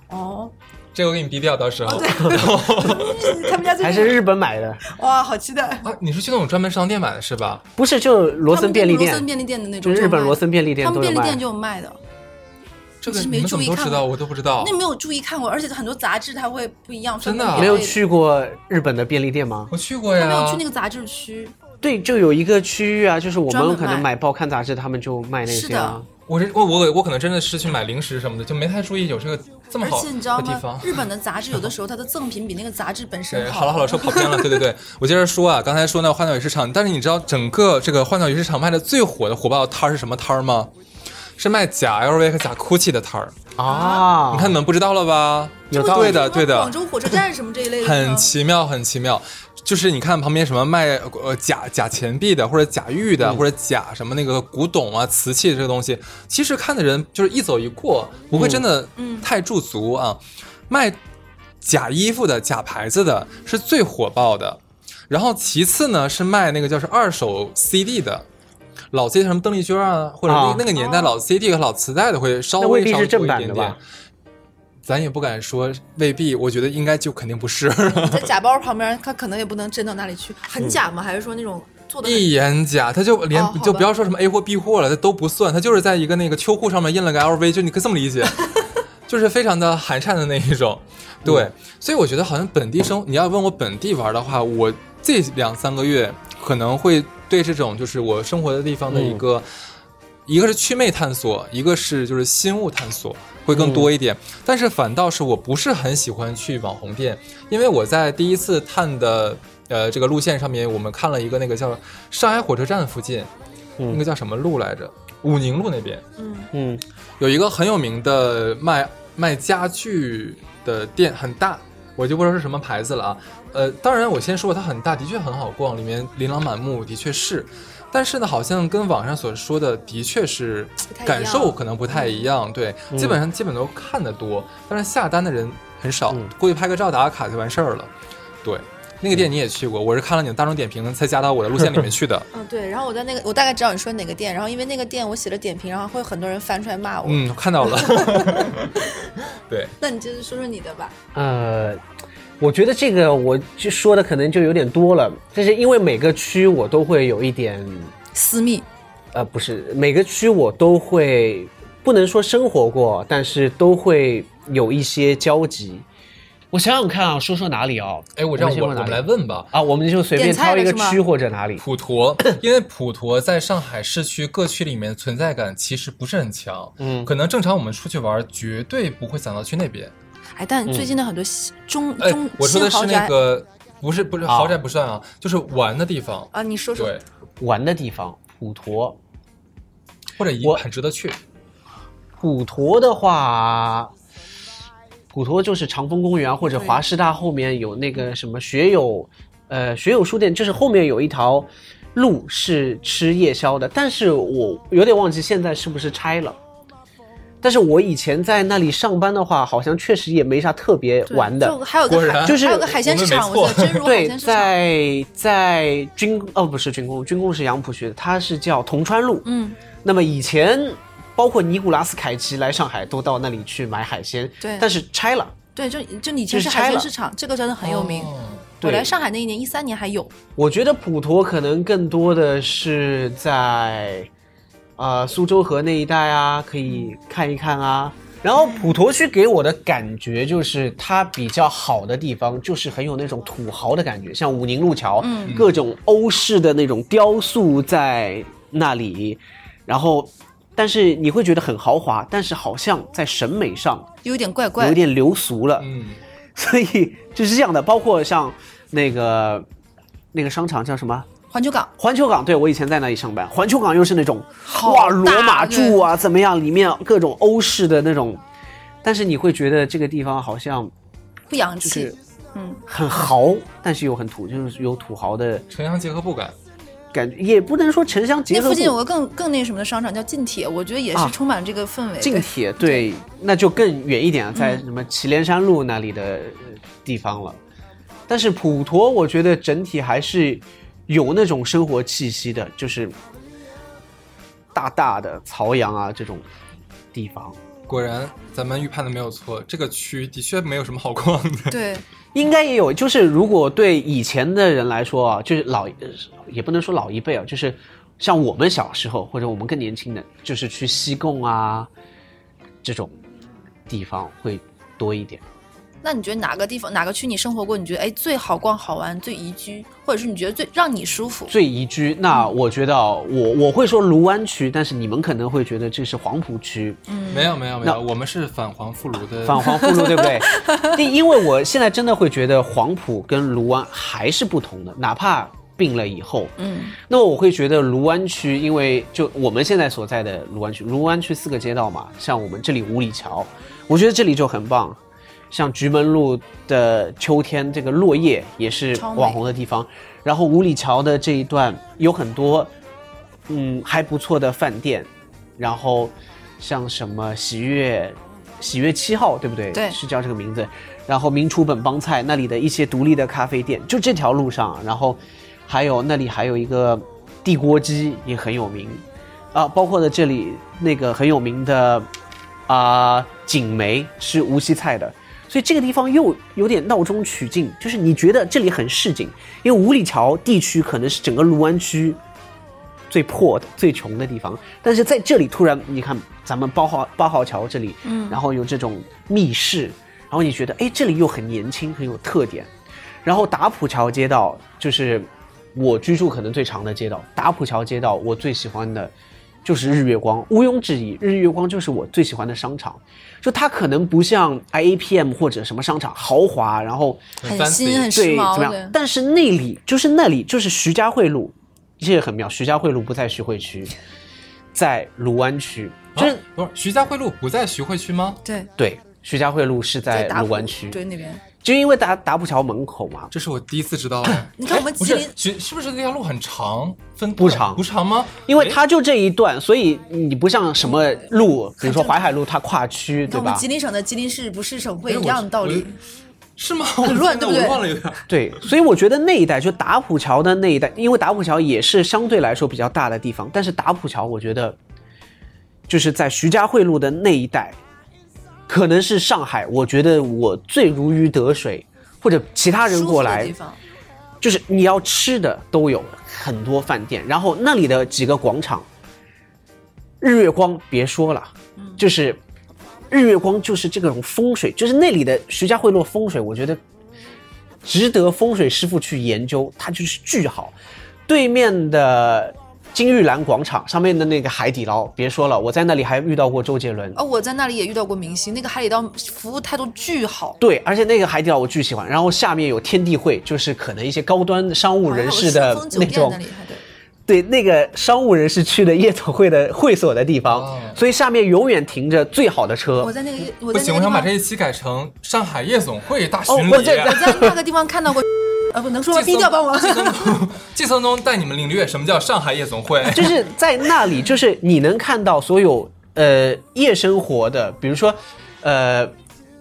哦， 这个我给你逼掉，到时候。他们家最还近是日本买的，哇，好期待。啊，你是去那种专门商店买的是吧？不是就罗森便利他们店，便利店的那种，就日本罗森便利店他们都有便利店卖。哦就有卖的。这个我是你没们怎注么意都看知道，我都不知道那。没有注意看过，而且很多杂志它会不一样，真的啊分门没别类有去啊过日本的便利店吗？我去过他没有呀去那，个杂志区，对，就有一个区域啊，就是我专们门可能卖买报刊杂志，他们就卖那些啊。我这我我我可能真的是去买零食什么的，就没太注意有这个这么而好且你知道的地方吗？。日本的杂志有的时候它的赠品比那个杂志本身对，好了好了，说跑偏了。对对对， 我接着说啊，刚才说那花鸟鱼市场，但是你知道整个这个花鸟鱼市场卖的最火的火爆的摊儿是什么摊儿吗？是卖假 LV 和假 GUCCI 的摊儿。啊，你看你们不知道了吧？有道对理的对的广，州火车站什么这一类的，很奇妙很奇妙。就是你看旁边什么卖呃假假钱币的，或者假玉嗯的，或者假什么那个古董啊、瓷器这个东西，其实看的人就是一走一过，不会真的嗯太驻足啊。卖假衣服的、假牌子的是最火爆的，然后其次呢是卖那个叫是二手 CD 的。老 CD 什么邓丽君啊，或者那啊那个年代哦老 CD 和老磁带的会稍那未微必稍是微正多一版点的点吧，咱也不敢说未必，我觉得应该就肯定不是。在假包旁边，它可能也不能真到那里去，很假吗？还是说那种做 的嗯一眼假，他就连、哦好吧就不要说什么 A 货 B 货了，他都不算，他就是在一个那个秋裤上面印了个 LV，就你可以这么理 解，就是非常的寒碜的那一种。嗯对，所以我觉得好像本地生，你要问我本地玩的话，我这两三个月可能会对这种就是我生活的地方的嗯一个。一个是祛魅探索，一个是就是新物探索，会更多一点。但是反倒是我不是很喜欢去网红店，因为我在第一次探的呃这个路线上面，我们看了一个那个叫上海火车站附近，嗯那个叫什么路来着？武宁路那边嗯，有一个很有名的卖卖家具的店，很大，我就不知道是什么牌子了啊。呃，当然我先说它很大，的确很好逛，里面琳琅满目，的确是。但是呢，好像跟网上所说的的确是太一样感受可能不太一样，对，嗯基本上基本都看得多，但是下单的人很少嗯，过去拍个照打个卡就完事儿了。对，那个店你也去过，我是看了你的大众点评才加到我的路线里面去的。嗯，对。然后我在那个，我大概知道你说哪个店，然后因为那个店我写了点评，然后会有很多人翻出来骂我。嗯，看到 了。对，那你接着说说你的吧。呃，我觉得这个我就说的可能就有点多了，但是因为每个区我都会有一点，私密，呃，不是每个区我都会不能说生活过，但是都会有一些交集。我想想看啊，说说哪里啊？哎，我这样先我我说哪们里来问吧，啊，我们就随便点菜挑一了个是吗区或者哪里。普 陀，因为普陀在上海市区各区里面存在感其实不是很强，嗯可能正常我们出去玩绝对不会想到去那边。哎，但最近的很多西中嗯哎中，我说新的是豪那宅个，不是不是啊豪宅不算啊，就是玩的地方，啊，你说说对，玩的地方，普陀。或者一我很值得去。普陀的话，普陀就是长风公园啊或者华师大后面有那个什么学友，呃，学友书店，就是后面有一条路是吃夜宵的，但是我有点忘记现在是不是拆了。但是我以前在那里上班的话，好像确实也没啥特别对玩的。就还有果个然海，就是还有个海鲜市场，我们没我记得真如海对，鲜市场。在在军哦不是军工，军工是杨浦区的，它是叫铜川路。嗯，那么以前包括尼古拉斯凯奇来上海都到那里去买海鲜，对但是拆了。对，就就你以前就是是海拆鲜了市场，这个真的很有名。哦我对来上海那一年，一三年还有，我觉得普陀可能更多的是在，呃，苏州河那一带啊，可以看一看啊。然后普陀区给我的感觉就是它比较好的地方，就是很有那种土豪的感觉，像武宁路桥，各种欧式的那种雕塑在那里，然后但是你会觉得很豪华，但是好像在审美上有点怪怪有一，点流俗了。嗯，所以就是这样的，包括像那个那个商场叫什么？环球港环球港，对我以前在那里上班。环球港又是那种好哇大罗马柱啊，怎么样？里面各种欧式的那种，但是你会觉得这个地方好像不洋就气，嗯是很豪，但是又很土，就是有土豪的城乡结合部感，感觉，也不能说城乡结那合附近有部。个更更那什么的商场叫近铁，我觉得也啊是充满这个氛围。近对铁对，那就更远一点，在什么祁连山路那里的呃地方了。但是普陀，我觉得整体还是有那种生活气息的，就是大大的朝阳啊这种地方。果然咱们预判的没有错，这个区的确没有什么好逛的。对，应该也有，就是如果对以前的人来说啊，就是老，呃也不能说老一辈啊，就是像我们小时候或者我们更年轻的，就是去西贡啊这种地方会多一点。那你觉得哪个地方哪个区你生活过？你觉得哎最好逛、好玩、最宜居，或者是你觉得最让你舒服？最宜居，那我觉得啊我我会说卢湾区，但是你们可能会觉得这是黄浦区，嗯 没有没有没那有，我们是返黄复庐的。反黄浦路对不对？ 第因为我现在真的会觉得黄浦跟卢湾还是不同的，哪怕并了以后，嗯，那我会觉得卢湾区，因为就我们现在所在的卢湾区，卢湾区四个街道嘛，像我们这里五里桥，我觉得这里就很棒。像菊门路的秋天，这个落叶也是超美网红的地方。然后五里桥的这一段有很多，嗯，还不错的饭店。然后像什么喜悦，喜悦七号，对不对？对是叫这个名字。然后民厨本帮菜那里的一些独立的咖啡店，就这条路上，然后还有那里还有一个地锅鸡也很有名，啊，包括了这里那个很有名的啊、锦梅是无锡菜的，所以这个地方又有点闹中取静，就是你觉得这里很市井，因为五里桥地区可能是整个卢湾区最破的、最穷的地方，但是在这里突然你看咱们八号八号桥这里，嗯，然后有这种密室，然后你觉得哎这里又很年轻，很有特点，然后打浦桥街道就是我居住可能最长的街道，打浦桥街道我最喜欢的就是日月光，毋庸置疑，日月光就是我最喜欢的商场。就它可能不像 IAPM 或者什么商场豪华，然后很很 fancy 新很时对髦怎么对样，但是那里就是那里就是徐家汇路，这个很妙，徐家汇路不在徐汇区，在卢湾区，就是、哦啊不是徐家汇路不在徐汇区吗？对，对。哎徐家汇路是在打卢湾浦区，对那边就因为打打浦桥门口嘛，这是我第一次知道哎。你看我们哎不吉是林徐是不是那条路很长？分不长不长吗？因为哎它就这一段，所以你不像什么路，比如说淮海路，它跨你区，看对我们吧吉？林省的吉林市不是省会哎一我样的道理。是吗？很乱对不对我忘了有点。对，所以我觉得那一带就打浦桥的那一带，因为打浦桥也是相对来说比较大的地方，但是打浦桥我觉得就是在徐家汇路的那一带，可能是上海，我觉得我最如鱼得水，或者其他人舒过服的来地，方，就是你要吃的都有很多饭店，然后那里的几个广场，日月光别说了，嗯就是日月光就是这种风水，就是那里的徐家汇路风水，我觉得值得风水师傅去研究，它就是巨好。对面的金玉兰广场上面的那个海底捞，别说了，我在那里还遇到过周杰伦。哦，我在那里也遇到过明星，那个海底捞服务态度巨好，对，而且那个海底捞我巨喜欢，然后下面有天地汇，就是可能一些高端商务人士还有的顺丰酒那店种那里还对，对，那个商务人士去的夜总会的会所的地方，哦所以下面永远停着最好的车我。在那个我不在那行，个我地想把方这一期改成上海夜总会大巡哦礼。啊我这 我在那个地方看到 过，呃，不能说吗？低调帮我。季松东，季松东带你们领略什么叫上海夜总 会。就是在那里，就是你能看到所有呃夜生活的，比如说，呃，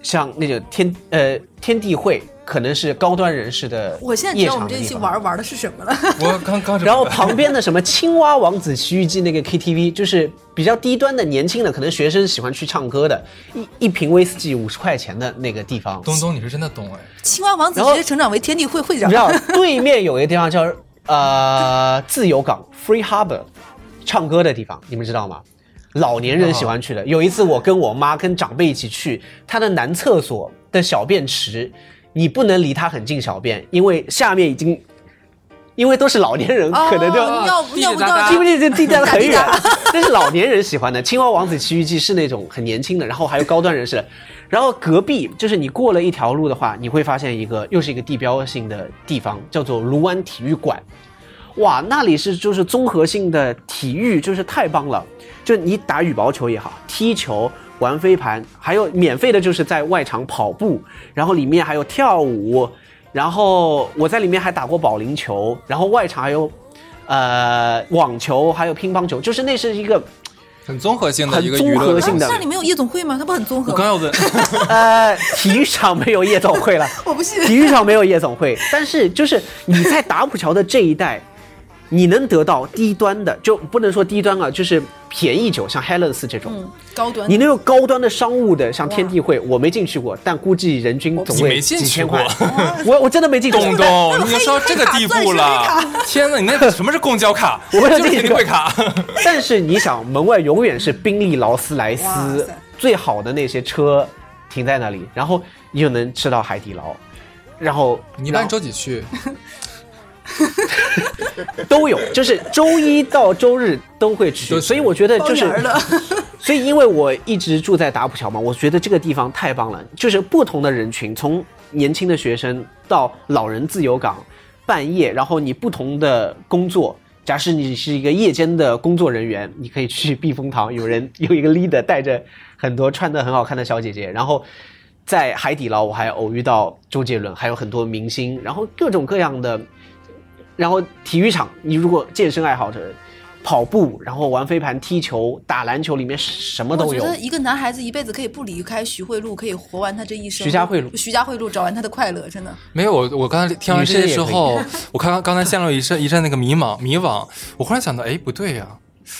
像那个天呃天地会，可能是高端人士的我现在知夜道我们场这的一地期方。玩玩的是什么了。我刚刚然后旁边的什么青蛙王子奇遇记那个 KTV，就是比较低端的年轻的，可能学生喜欢去唱歌的，一一瓶威士忌五十块钱的那个地方。东东，你是真的懂哎，青蛙王子然后直接成长为天地会会长你知。道对面有一个地方叫呃自由港 （Free Harbor），唱歌的地方，你们知道吗？老年人喜欢去哦的。有一次我跟我妈跟长辈一起去，她的男厕所的小便池，你不能离它很近小便，因为下面已经因为都是老年人，可能就哦尿地尿址不大到大记不记得地带的很 远打地？但啊是老年人喜欢的《青蛙王子奇遇记》是那种很年轻的，然后还有高端人士 的。然后隔壁就是你过了一条路的话，你会发现一个又是一个地标性的地方，叫做卢湾体育馆。哇，那里是就是综合性的体育，就是太棒了。就你打羽毛球也好，踢球、玩飞盘，还有免费的，就是在外场跑步，然后里面还有跳舞，然后我在里面还打过保龄球，然后外场还有呃网球，还有乒乓球，就是那是一个很综合性的很一个综娱乐合的性的东那西里面有夜总会吗？它不很综合我吗？刚要 问，呃体育场没有夜总会了， 我不信。体育场没有夜总会，但是就是你在打浦桥的这一带，你能得到低端的，就不能说低端啊，就是便宜酒，像 Helen's 这种，嗯高端你能有高端的商务的，像天地会，我没进去过，但估计人均总你会没几进去千块过。 我我真的没进去过东东，你都说这个地步了， 天哪，你那什么是公交卡？我没有就是进去肯过定会卡。 但是你想，门外永远是宾利、劳斯莱斯最好的那些车停在那里，然后你就能吃到海底捞，然后你一般周几去？都有，就是周一到周日都会去，都去所以我觉得就包圆是儿了，所以因为我一直住在达普桥嘛，我觉得这个地方太棒了，就是不同的人群，从年轻的学生到老人自由港，半夜，然后你不同的工作。假使你是一个夜间的工作人员，你可以去避风塘，有人 有一个 leader 带着很多穿的很好看的小姐姐，然后在海底捞我还偶遇到周杰伦，还有很多明星，然后各种各样的然后体育场，你如果健身爱好者，跑步，然后玩飞盘、踢球、打篮球，里面什么我都觉有。得一个男孩子一辈子可以不离开徐汇路，可以活完他这一生。徐家汇路徐家汇路找完他的快乐，真的。没有，我我刚才听完这些之后，我刚刚刚才陷入一阵一阵那个迷茫迷惘，我忽然想到，哎，不对呀、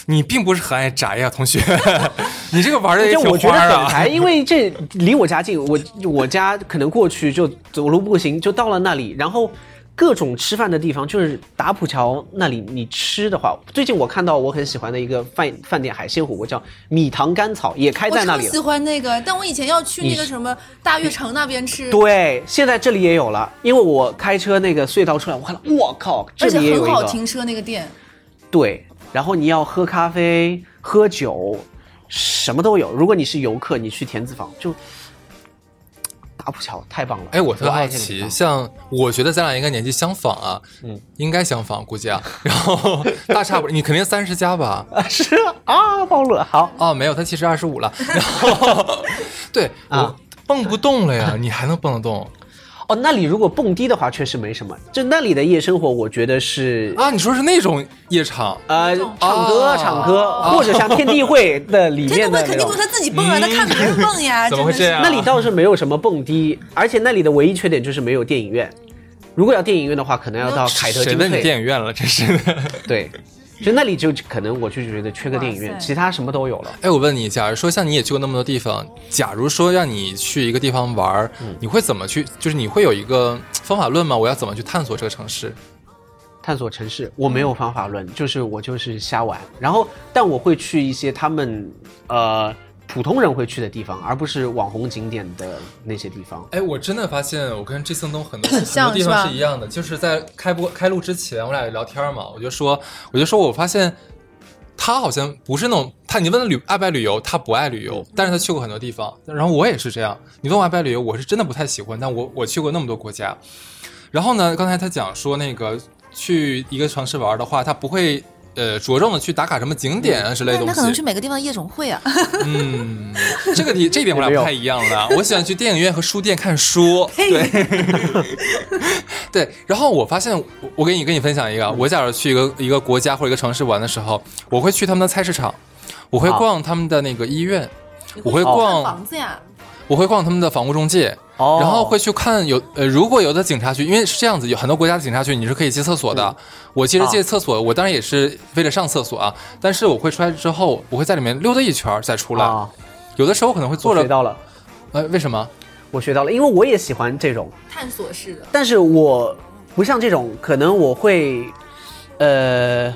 你并不是很爱宅呀、同学， 你这个玩的也就挺我觉花得儿很啊嗨，。因为这离我家近，我我家可能过去就走路步行就到了那里，然后各种吃饭的地方，就是打浦桥那里，你吃的话，最近我看到我很喜欢的一个饭饭店海鲜火锅叫米塘甘草，也开我在那超里了喜。欢那个，但我以前要去那个你什么大悦城那边吃，对，现在这里也有了，因为我开车那个隧道出来，我看了，我靠，这而且里也有一很个。好停车那个店。对，然后你要喝咖啡、喝酒，什么都有。如果你是游客，你去田子坊就打浦桥，太棒了。哎，我特好爱这个地奇，方像我觉得咱俩应该年纪相仿啊，嗯，应该相仿，估计啊。然后大差不，你肯定三十加吧？啊， 是啊啊，暴露了。好，哦，没有，他其实二十五了。然后，对啊我蹦不动了呀，你还能蹦得动哦，那里如果蹦迪的话，确实没什么。就那里的夜生活，我觉得是。啊？你说是那种夜场？呃，唱歌，哦唱歌，或者像天地会的里哦天面地会肯定的那种不是，他自己蹦啊，他看别人蹦呀，怎真的么会是这样啊那里倒是没有什么蹦迪，而且那里的唯一缺点就是没有电影院。如果要电影院的话，可能要到凯特谁金问你费。电影院了？真是的。 对，就那里就可能我就觉得缺个电影院，哇塞其他什么都有了。哎，我问你，假如说像你也去过那么多地方，假如说让你去一个地方玩儿，你会怎么去？就是你会有一个方法论吗？我要怎么去探索这个城市？探索城市，我没嗯有方法论，就是我就是瞎玩。然后，但我会去一些他们呃普通人会去的地方，而不是网红景点的那些地方。哎，我真的发现我跟 Jason 东很多 很像多地是吧方是一样的，就是在开播开录之前，我俩聊天嘛，我就说，我就说我发现他好像不是那种他，你问他旅爱不爱旅游，他不爱旅嗯游，但是他去过很多地方。然后我也是这样，你问我爱不爱旅游，我是真的不太喜欢，但我我去过那么多国家。然后呢，刚才他讲说那个去一个城市玩的话，他不会呃着重的去打卡什么景点啊之类的嗯那东他西。可能去每个地方的夜总会啊，嗯，这个你这一点我也没俩有不太一样了。我喜欢去电影院和书店看书，对， 对。然后我发现，我我给你跟你分享一个，我假如去一个一个国家或者一个城市玩的时候，我会去他们的菜市场，我会啊逛他们的那个医院，我你会去看逛房子呀，我会逛他们的房屋中介，哦然后会去看有呃，如果有的警察局，因为是这样子，有很多国家的警察局你是可以借厕所的。嗯我啊其实借厕所，我当然也是为了上厕所啊，但是我会出来之后，我会在里面溜达一圈儿再出来。啊，有的时候可能会坐我学着，到了，呃，为什么？我学到了，因为我也喜欢这种，探索式的。但是我不像这种，可能我会，呃，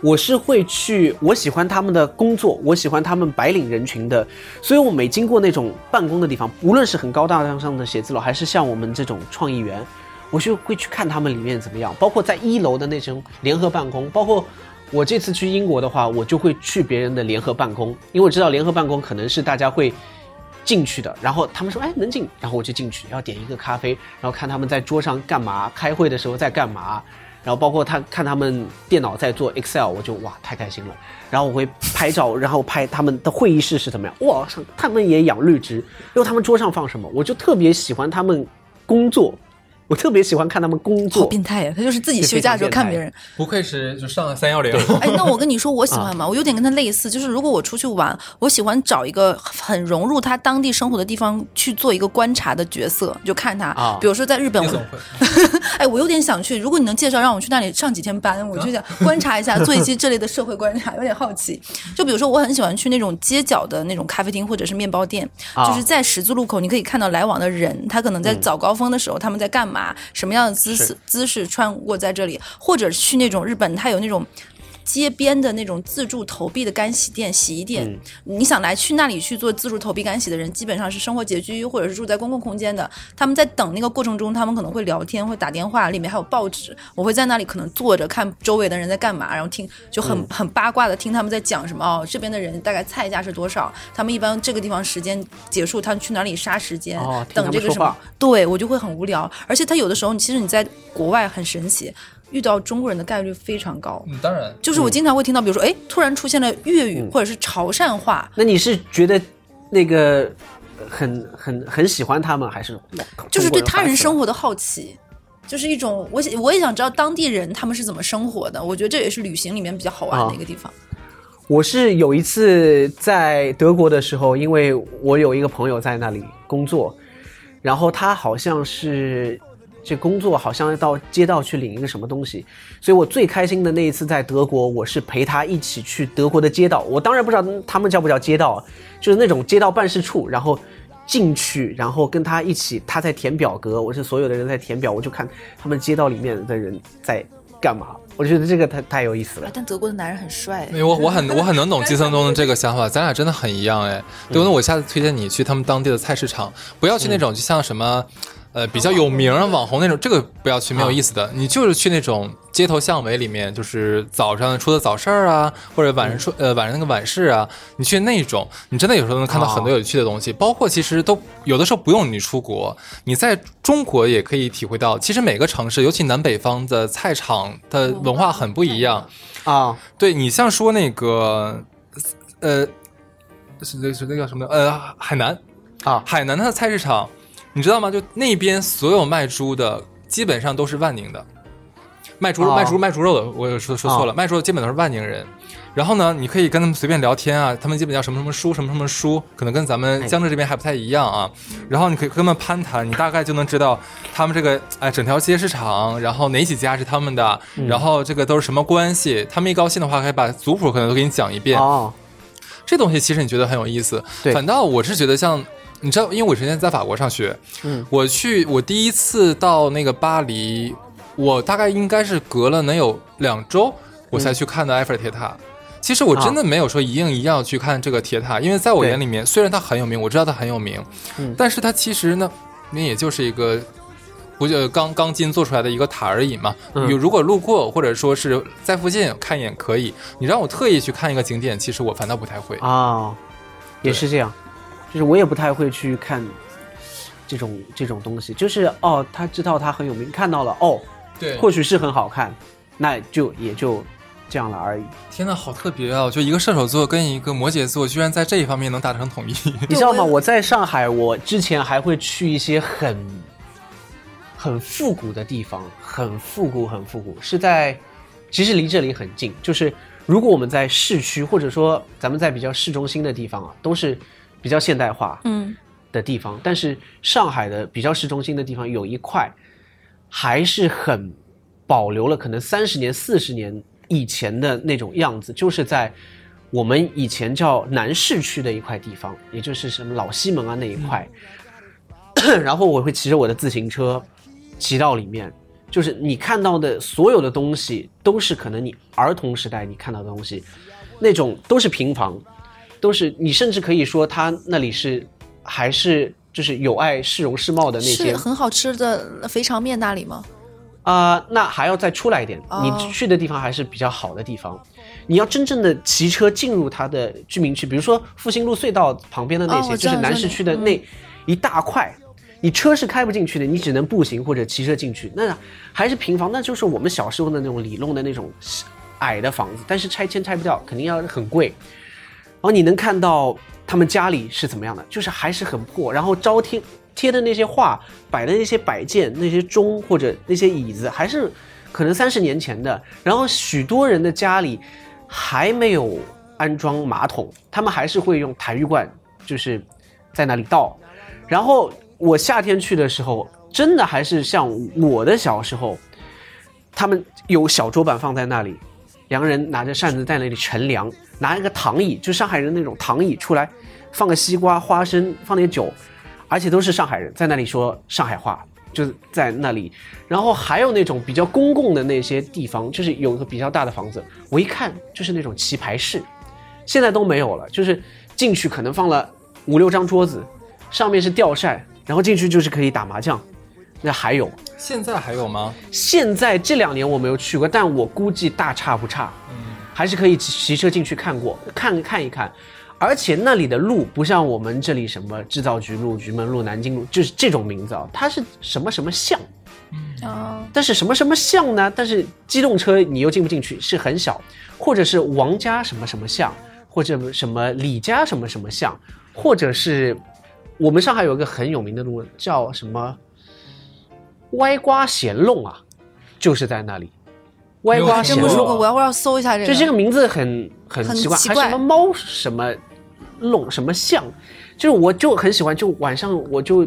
我是会去，我喜欢他们的工作，我喜欢他们白领人群的，所以我每经过那种办公的地方，无论是很高大上的写字楼，还是像我们这种创意园，我就会去看他们里面怎么样，包括在一楼的那种联合办公，包括我这次去英国的话，我就会去别人的联合办公，因为我知道联合办公可能是大家会进去的，然后他们说哎能进，然后我就进去，然后点一个咖啡，然后看他们在桌上干嘛，开会的时候在干嘛。然后包括他看他们电脑在做 Excel，我就哇太开心了。然后我会拍照，然后拍他们的会议室是怎么样，哇，他们也养绿植，然后他们桌上放什么，我就特别喜欢他们工作，我特别喜欢看他们工好作。变态呀！他就是自己休假的时候看别人。不愧是就上了三幺零，哎，那我跟你说，我喜欢嘛，我有点跟他类似，就是如果我出去玩，我喜欢找一个很融入他当地生活的地方去做一个观察的角色，就看他。啊比如说在日本， 夜我总会。 哎，我有点想去。如果你能介绍让我去那里上几天班，我就想观察一下，做一些这类的社会观察，有点好奇。就比如说，我很喜欢去那种街角的那种咖啡厅或者是面包店，啊就是在十字路口，你可以看到来往的人，他可能在早高峰的时候他们在干嘛，什么样的姿势姿势穿过在这里，或者去那种日本，它有那种。街边的那种自助投币的干洗店、洗衣店，嗯你想来去那里去做自助投币干洗的人，基本上是生活拮据或者是住在公共空间的。他们在等那个过程中，他们可能会聊天，会打电话，里面还有报纸。我会在那里可能坐着看周围的人在干嘛，然后听就很、嗯很八卦的听他们在讲什么哦，这边的人大概菜价是多少，他们一般这个地方时间结束，他们去哪里杀时间，哦听等他这个们说什么话，对我就会很无聊。而且他有的时候，其实你在国外很神奇。遇到中国人的概率非常高，嗯，当然，就是我经常会听到，比如说，哎，突然出现了粤嗯语或者是潮汕话，那你是觉得那个很很很喜欢他们，还是哇就是对他人生中活的好奇，就是一种我想我也想知道当地人他们是怎么生活的。我觉得这也是旅行里面比较好啊玩的一个地方。国人发现了我是有一次在德国的时候，因为我有一个朋友在那里工作，然后他好像是这工作好像要到街道去领一个什么东西，所以我最开心的那一次在德国，我是陪他一起去德国的街道。我当然不知道他们叫不叫街道，就是那种街道办事处，然后进去，然后跟他一起，他在填表格，我是所有的人在填表，我就看他们街道里面的人在干嘛。我觉得这个太太有意思了啊，但德国的男人很帅，哎我我很我很能 懂季森东的这个想法，咱俩真的很一样哎。对，那我下次推荐你去他们当地的菜市场，不要去那种就像什么，呃，比较有名啊网红那种，这个不要去，没有意思的。你就是去那种街头巷尾里面，就是早上出的早市儿啊，或者晚上出呃晚上那个晚市啊，你去那种，你真的有时候能看到很多有趣的东西，包括其实都有的时候不用你出国，你在中国也可以体会到，其实每个城市，尤其南北方的菜场的文化很不一样。啊！对你像说那个，呃，是那是那叫什么的？呃，海南啊海南它的菜市场，你知道吗？就那边所有卖猪的，基本上都是万宁的，卖猪、哦卖猪卖猪肉的，我说说错了，卖猪肉基本都是万宁人。然后呢，你可以跟他们随便聊天啊，他们基本叫什么什么叔，什么什么叔，可能跟咱们江浙这边还不太一样啊。然后你可以跟他们攀谈，你大概就能知道他们这个哎整条街市场，然后哪几家是他们的，然后这个都是什么关系。他们一高兴的话，可以把族谱可能都给你讲一遍。哦，这东西其实你觉得很有意思，对反倒我是觉得像。你知道，因为我之前在法国上学，嗯，我去我第一次到那个巴黎，我大概应该是隔了能有两周，我嗯才去看的埃菲尔铁塔。其实我真的没有说一定一定要去看这个铁塔，因为在我啊对眼里面，虽然它很有名，我知道它很有名，嗯但是它其实呢，那也就是一个不就钢钢筋做出来的一个塔而已嘛。嗯你如果路过或者说是在附近看一眼可以，你让我特意去看一个景点，其实我反倒不太会。啊，对也是这样，就是我也不太会去看这种这种东西，就是哦，他知道他很有名，看到了哦，对或许是很好看，那就也就这样了而已。天呐，好特别啊！就一个射手座跟一个摩羯座，居然在这一方面能达成统一。 你知道吗？我在上海，我之前还会去一些很很复古的地方，很复古，很复古，是在其实离这里很近。就是如果我们在市区，或者说咱们在比较市中心的地方啊，都是比较现代化，嗯，的地方，但是上海的比较市中心的地方有一块还是很保留了可能三十年、四十年以前的那种样子，就是在我们以前叫南市区的一块地方，也就是什么老西门啊那一块。然后我会骑着我的自行车骑到里面，就是你看到的所有的东西都是可能你儿童时代你看到的东西，那种都是平房，都是你甚至可以说它那里是还是就是友爱市容市貌的那些是很好吃的肥肠面那里吗？啊、那还要再出来一点，哦你去的地方还是比较好的地方。你要真正的骑车进入它的居民区，比如说复兴路隧道旁边的那哦些，我知就道是南市区的那一大块，你车是开不进去的，你只能步行或者骑车进去。那还是平房，那就是我们小时候的那种里弄的那种矮的房子，但是拆迁拆不掉，肯定要很贵。然后你能看到他们家里是怎么样的，就是还是很破，然后招贴贴的那些画、摆的那些摆件、那些钟或者那些椅子，还是可能三十年前的。然后许多人的家里还没有安装马桶，他们还是会用痰盂罐，就是在那里倒。然后我夏天去的时候，真的还是像我的小时候，他们有小桌板放在那里，两个人拿着扇子在那里乘凉，拿一个躺椅，就上海人那种躺椅出来，放个西瓜、花生，放点酒，而且都是上海人在那里说上海话，就是在那里。然后还有那种比较公共的那些地方，就是有一个比较大的房子，我一看就是那种棋牌室，现在都没有了，就是进去可能放了五六张桌子，上面是吊扇，然后进去就是可以打麻将。那还有，现在还有吗？现在这两年我没有去过，但我估计大差不差，还是可以骑骑车进去看过，看看一看。而且那里的路不像我们这里什么制造局路、局门路、南京路，就是这种名字啊，它是什么什么巷。嗯啊，但是什么什么巷呢？但是机动车你又进不进去，是很小，或者是王家什么什么巷，或者什么李家什么什么巷，或者是我们上海有一个很有名的路叫什么歪瓜咸弄啊，就是在那里，歪瓜咸真没哎不有说听弄过过，我要我要搜一下这个。嗯就这个名字很很很奇怪，奇还怪什么猫什么弄什么象，就是我就很喜欢，就晚上我就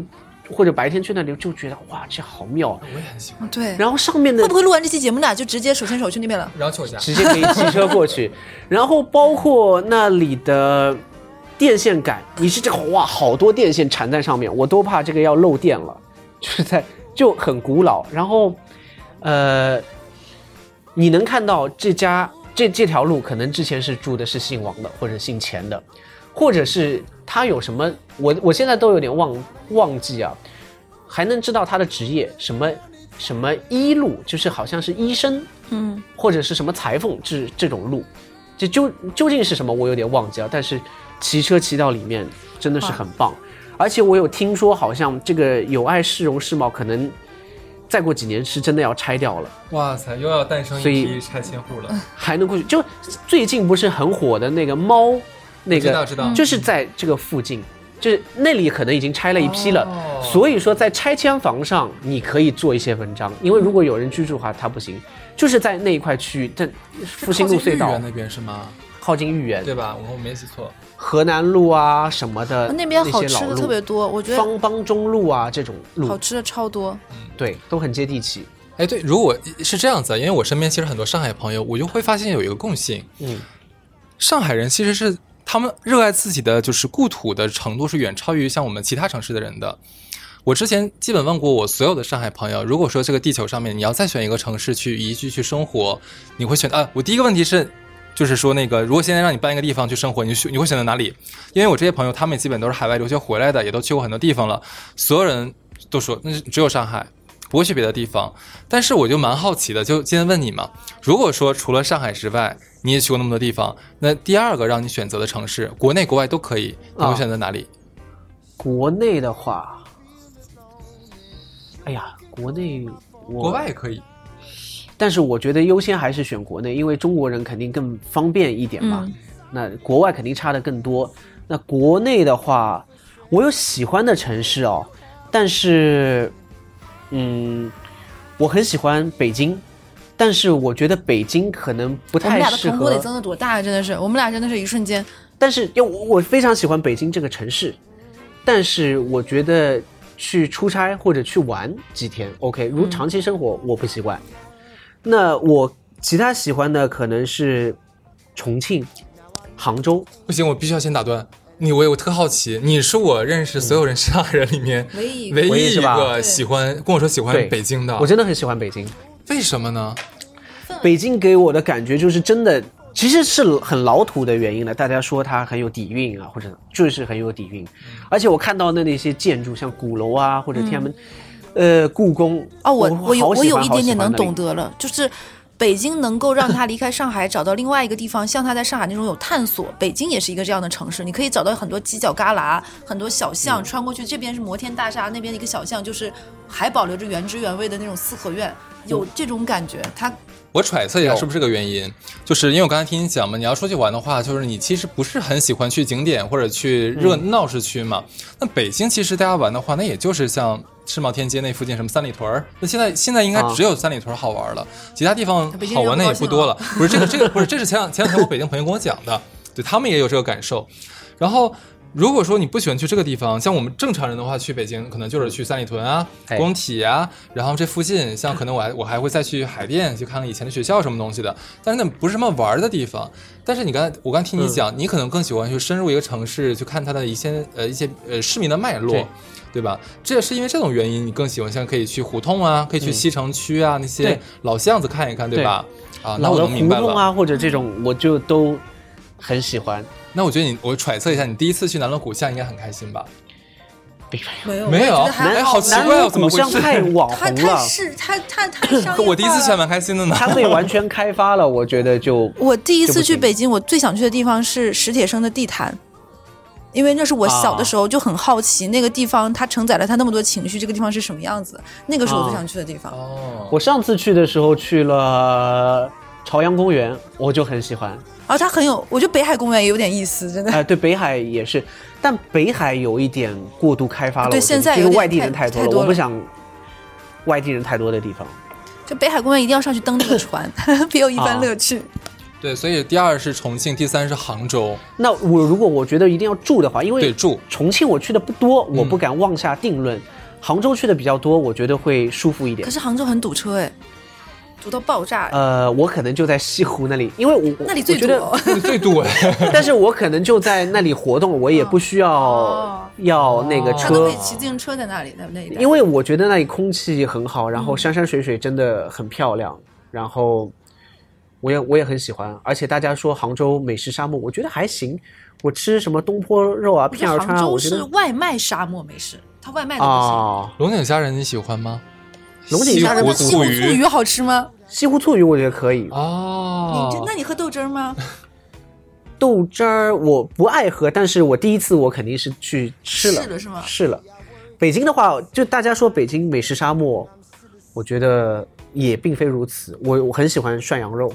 或者白天去那里就觉得哇，这好妙啊。我也很喜欢。对，然后上面的会不会录完这期节目，你俩就直接手牵手去那边了？然后去我家，直接可以骑车过去。然后包括那里的电线杆，你是这个哇，好多电线缠在上面，我都怕这个要漏电了， 就是在就很古老。然后，呃，你能看到这家这这条路可能之前是住的是姓王的或者姓钱的，或者是他有什么，我我现在都有点忘忘记啊，还能知道他的职业什么。什么医路，就是好像是医生，嗯，或者是什么裁缝这这种路，这究究竟是什么，我有点忘记了。但是骑车骑到里面真的是很棒，而且我有听说，好像这个友爱市容市貌可能再过几年是真的要拆掉了，哇塞，又要诞生一所以批嗯拆迁户了。还能过去。就最近不是很火的那个猫，那知道个知道，就是在这个附近，就是那里可能已经拆了一批了。哦所以说，在拆迁房上，你可以做一些文章，因为如果有人居住的话，它不行。就是在那一块区域，但复兴路隧靠近豫道园那边是吗？靠近豫园，对吧？我我没记错。河南路啊什么的，那边好些吃老的路特别多，我觉得方帮中路啊这种好路，吃的超多。对，都很接地气。哎，对，如果是这样子，啊因为我身边其实很多上海朋友，我就会发现有一个共性，嗯，上海人其实是他们热爱自己的就是故土的程度是远超于像我们其他城市的人的。我之前基本问过我所有的上海朋友，如果说这个地球上面你要再选一个城市去移居去生活，你会选啊？我第一个问题是，就是说那个，如果现在让你搬一个地方去生活，你选你会选择哪里？因为我这些朋友他们基本都是海外留学回来的，也都去过很多地方了，所有人都说那是只有上海，不会去别的地方。但是我就蛮好奇的，就今天问你嘛，如果说除了上海之外，你也去过那么多地方，那第二个让你选择的城市，国内国外都可以，你会选择哪里？国内的话，哎呀，国内我国外，也可以。但是我觉得优先还是选国内，因为中国人肯定更方便一点嘛。嗯那国外肯定差的更多。那国内的话，我有喜欢的城市哦，但是，嗯，我很喜欢北京，但是我觉得北京可能不我们太俩的适同步合得。增的多大呀？真的是，我们俩真的是一瞬间。但是，因为我我非常喜欢北京这个城市，但是我觉得去出差或者去玩几天，OK，如长期生活我不习惯。那我其他喜欢的可能是重庆、杭州，不行，我必须要先打断你。我我特好奇，你是我认识所有人上海人里面嗯唯一一个唯唯一一是一吧个喜欢跟我说喜欢对北京的我，真的很喜欢北京。为什么呢？北京给我的感觉就是真的其实是很老土的原因了，大家说它很有底蕴啊，或者就是很有底蕴。而且我看到的那些建筑，像鼓楼啊，或者天安门，呃，故宫哦，我我有好我喜有欢一好点喜点欢能那里懂得了，就是北京能够让他离开上海，找到另外一个地方，像他在上海那种有探索。北京也是一个这样的城市，你可以找到很多犄角旮旯，很多小巷，穿过去这边是摩天大厦，那边一个小巷就是还保留着原汁原味的那种四合院，有这种感觉。他我揣测一下，是不是这个原因？就是因为我刚才听你讲嘛，你要出去玩的话，就是你其实不是很喜欢去景点或者去热闹市区嘛。那北京其实大家玩的话，那也就是像世贸天阶那附近什么三里屯儿。那现在现在应该啊只有三里屯好玩了，其他地方北京好人玩的不也高不兴多了了。不是这个这个不是，这是前两前两天我北京朋友跟我讲的，对他们也有这个感受。然后。如果说你不喜欢去这个地方，像我们正常人的话，去北京可能就是去三里屯啊、哎工体啊，然后这附近，像可能我还我还会再去海淀去看看以前的学校什么东西的，但是那不是什么玩儿的地方。但是你刚才我刚嗯听你讲，你可能更喜欢去深入一个城市去看它的一些呃一些呃市民的脉络对。对吧？这也是因为这种原因，你更喜欢像可以去胡同啊，可以去西城区啊、那些嗯对老巷子看一看，对吧？啊，那老我的能胡明白同了。啊，或者这种，我就都很喜欢。那我觉得你，我揣测一下，你第一次去南锣鼓巷应该很开心吧？并没有没有没有我觉得还哎好好奇怪南哦锣怎么鼓回巷事太网他红啊他了，是他他他 上我第一次去还蛮开心的呢。它被完全开发了，我觉得 就我第一这次不去行北京，我最想去的地方是史铁生的地坛，因为那是我小的时啊候就很好奇，那个地方它承载了他那么多情绪，这个地方是什么样子，那个是我最啊想去的地方。哦，我上次去的时候去了朝阳公园，我就很喜欢。然后它很有，我觉得北海公园也有点意思，真的。 哎、对，北海也是，但北海有一点过度开发了。对我觉得现在这有个点外地人太多太了，多我不了想外地人太多的地方。就北海公园一定要上去登那个船， 别有一番乐趣。啊对，所以第二是重庆，第三是杭州，那我如果我觉得一定要住的话，因对为住重庆我去的不多，我不敢妄下定论。杭州去的比较多，我觉得会舒服一点可。是杭州很堵车哎，堵到爆炸，呃，我可能就在西湖那里，因为我我那里最我觉堵得哦。 最哎多。但是我可能就在那里活动，我也不需要、要那个哦车，啊他都可以骑自行车在那里，在那里。因为我觉得那里空气很好，然嗯后山山水水真的很漂亮，然后我也我也很喜欢，而且大家说杭州美食沙漠，我觉得还行。我吃什么东坡肉啊、片儿杭川啊，州我觉是得外卖沙漠美食，他外卖都不行。啊， 龙井虾仁你喜欢吗？龙井虾仁西湖不西醋湖醋鱼鱼好吃吗？西湖醋鱼我觉得可以，啊哦啊你这，那你喝豆汁儿吗？豆汁儿我不爱喝，但是我第一次我肯定是去吃了，试了是吗试了。北京的话，就大家说北京美食沙漠，我觉得也并非如此。我我很喜欢涮羊肉，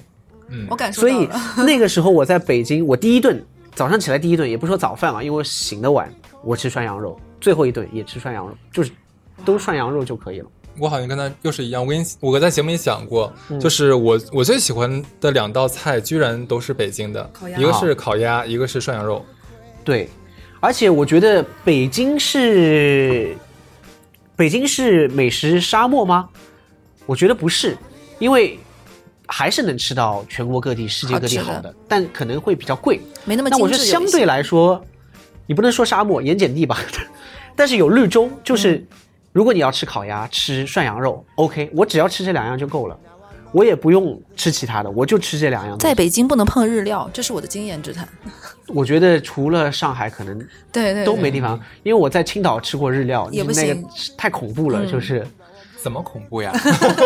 我感受 所到以了。那个时候我在北京，我第一顿早上起来第一顿也不说早饭啊，因为我醒得晚，我吃涮羊肉，最后一顿也吃涮羊肉，就是都涮羊肉就可以了。我好像跟他又是一样。我跟你，我在节目里讲过，就是我我最喜欢的两道菜，居然都是北京的烤，鸭一个是烤鸭，一个是涮羊肉。对，而且我觉得北京是北京是美食沙漠吗？我觉得不是，因为还是能吃到全国各地、世界各地好吃好的的，但可能会比较贵。 没那么那精我致是有一些。相对来说，你不能说沙漠盐碱地吧， 但是有绿洲，就是嗯如果你要吃烤鸭、吃涮羊肉，OK，我只要吃这两样就够了，我也不用吃其他的，我就吃这两样东在西。北京不能碰日料，这是我的经验之谈。我觉得除了上海，可能对对嗯都没地方，因为我在青岛吃过日料，也不那个行嗯太恐怖了，就是 怎么恐 怖呀？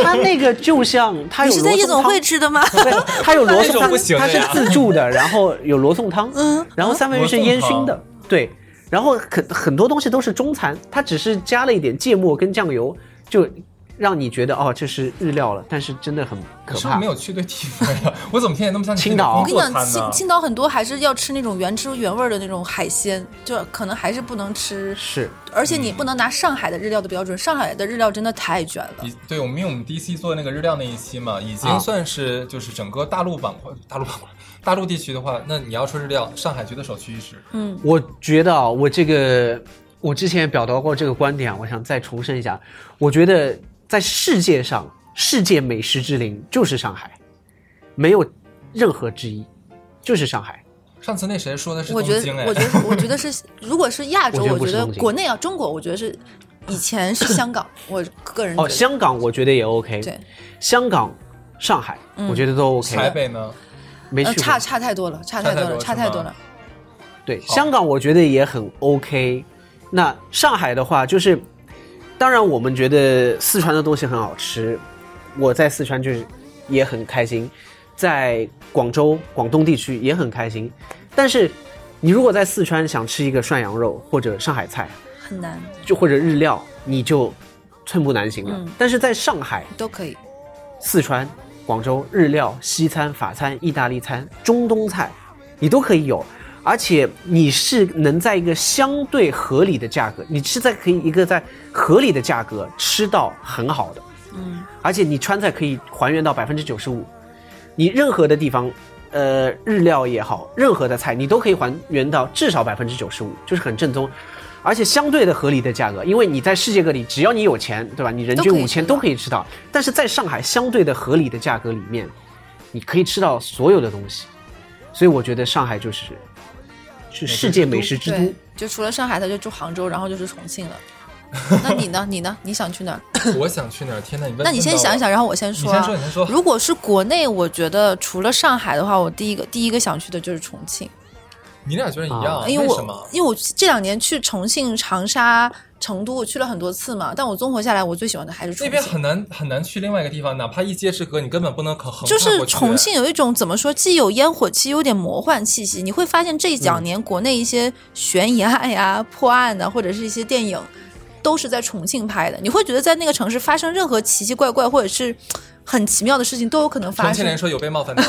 它那个就像它你有是在罗夜宋总汤会。吃的吗？ 对，它有罗那种宋汤不行，它的是呀自助的，然后有罗宋汤，嗯，然后三文鱼是烟熏的，对，然后很很多东西都是中餐，它只是加了一点芥末跟酱油，就让你觉得哦这是日料了，但是真的很我可是不是怕没。有去对地方呀？我怎么听起来那么像你青岛工我跟作你讲，餐呢青？青岛很多还是要吃那种原汁原味儿的那种海鲜，就可能还是不能吃，是，而且你不能拿上海的日料的标准，上海的日料真的太卷了。已对，我们因为我们第一期做那个日料那一期嘛，已啊经算是就是整个大陆板块、大陆板块、大陆地区的话，那你要说日料，上海绝对首屈一指。嗯我觉得啊，我这个我之前也表达过这个观点啊，我想再重申一下，我觉得在世界上，世界美食之林就是上海，没有任何之一，就是上海。上次那谁说的是我东觉得京哎，，我觉得，我觉得是，如果是亚洲，我觉得我不是觉得东京国内啊，中国，我觉得是以前是香港，我个人觉哦，得香港我觉得也 OK，嗯对，香港、上海，我觉得都 OK。台北呢？没去呃过。嗯差差太多了，差太多差了，差太太多多了了。对，香港我觉得也很 OK。那上海的话，就是当然我们觉得四川的东西很好吃，我在四川就是也很开心，在广州广东地区也很开心。但是你如果在四川想吃一个涮羊肉或者上海菜，很难，就或者日料，你就寸步难行嗯了。但是在上海，都可以。四川、广州日料、西餐、法餐、意大利餐、中东菜，你都可以有，而且你是能在一个相对合理的价格，你是在可以一个在合理的价格吃到很好的，嗯，而且你川菜可以还原到百分之九十五，你任何的地方。呃，日料也好，任何的菜你都可以还原到至少百分之九十五，就是很正宗，而且相对的合理的价格。因为你在世界各地，只要你有钱，对吧？你人均都可以五千吃都可以吃到，但是在上海相对的合理的价格里面，你可以吃到所有的东西。所以我觉得上海就是是世界美食之对都。，就除了上海，他就住杭州，然后就是重庆 了。那你呢？你呢？你想去哪儿？我想去哪儿？天哪，你问哦那你先想一想，，然后我先说、你啊。先说你先说如果是国内，我觉得除了上海的话，我第一个第一个想去的就是重庆，你俩觉得一样样？啊啊因为什么我？因为我这两年去重庆、长沙、成都我去了很多次嘛，但我综合下来，我最喜欢的还是重那庆。边很难很难去另外一个地方，哪怕一街之隔，你根本不能横横就跨是哦过去重庆有一种怎么说，既有烟火气，有点魔幻气息。你会发现这嗯两年国内一些悬疑案呀、 破案呐、或者是一些电影，都是在重庆拍的。你会觉得在那个城市发生任何奇奇怪怪或者是很奇妙的事情都有可能发重庆生。人说有被冒犯到，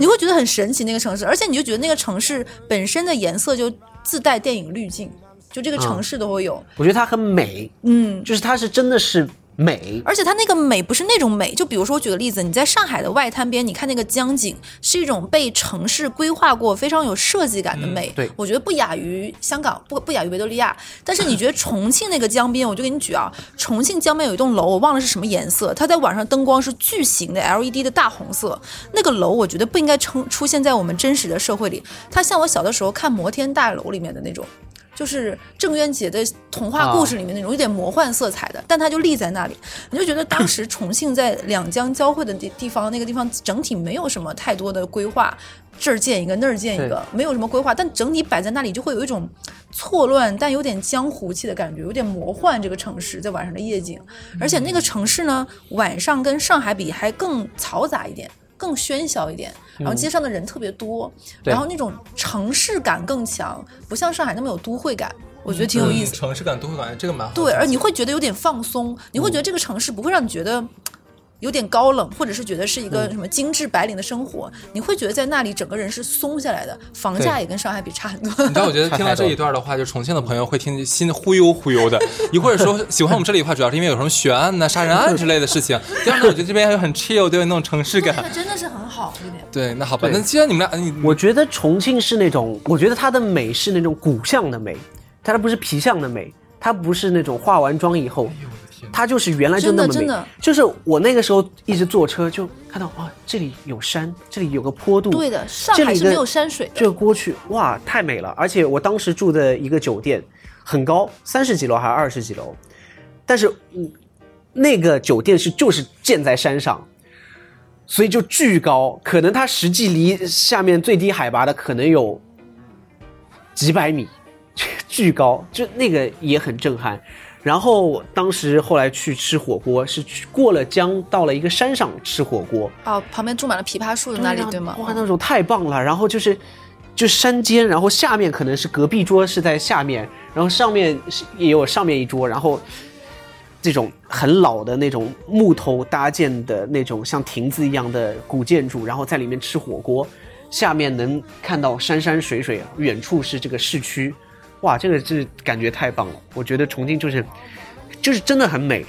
你会觉得很神奇那个城市，而且你就觉得那个城市本身的颜色就自带电影滤镜，就这个嗯城市都会有，我觉得它很美，嗯。就是它是真的是美。而且它那个美不是那种美，就比如说我举个例子，你在上海的外滩边，你看那个江景，是一种被城市规划过、非常有设计感的美。对我觉得不亚于香港，不不亚于维多利亚。但是你觉得重庆那个江边，我就给你举啊，重庆江边有一栋楼，我忘了是什么颜色，它在晚上灯光是巨型的 LED 的大红色，那个楼我觉得不应该出出现在我们真实的社会里，它像我小的时候看《摩天大楼》里面的那种。就是郑渊洁的童话故事里面那种有点魔幻色彩的，但它就立在那里，你就觉得当时重庆在两江交汇的地地方，那个地方整体没有什么太多的规划，这儿建一个那儿建一个，没有什么规划，但整体摆在那里就会有一种错乱但有点江湖气的感觉，有点魔幻这个城市在晚上的夜景，而且那个城市呢，晚上跟上海比还更嘈杂一点。更喧嚣一点，然后街上的人特别多，对然后那种城市感更强，不像上海那么有都会感，我觉得挺有意嗯， 思的。城市感、都会感，这个蛮好的。对，而你会觉得有点放松，你嗯会觉得这个城市不会让你觉得有点高冷，或者是觉得是一个什么精致白领的生活，你会觉得在那里整个人是松下来的，房价对也跟上海比差很 你知道，多。我觉得听到这一段的话，就重庆的朋友会听心忽悠忽悠的。一会儿说喜欢我们这里的话，主要是因为有什么悬案呐、杀人案之类的事情。第二呢，我觉得这边还有很 chill，都有那种城市那感。个真的是很好，这点对，那好吧，对那既然你们俩，你我觉得重庆是那种，我觉得它的美是那种骨相的美，它不是皮相的美，它不是那种化完妆以后，它就是原来就那么美。真的真的就是我那个时候一直坐车就看到啊，这里有山，这里有个坡度，对的，上海是没有山水这的。个过去哇，太美了！而且我当时住的一个酒店很高，三十几楼还是二十几楼，但是嗯，那个酒店是就是建在山上，所以就巨高，可能它实际离下面最低海拔的可能有几百米， 巨高，就那个也很震撼。然后当时后来去吃火锅，是去过了江，到了一个山上吃火锅，哦，旁边种满了枇杷树的那里，啊对吗？哦哇，那种太棒了。然后就是，就山间，然后下面可能是隔壁桌是在下面，然后上面是也有上面一桌，然后这种很老的那种木头搭建的那种像亭子一样的古建筑，然后在里面吃火锅，下面能看到山山水水，远处是这个市区，哇，这个是感觉太棒了。我觉得重庆就是，就是真的很美。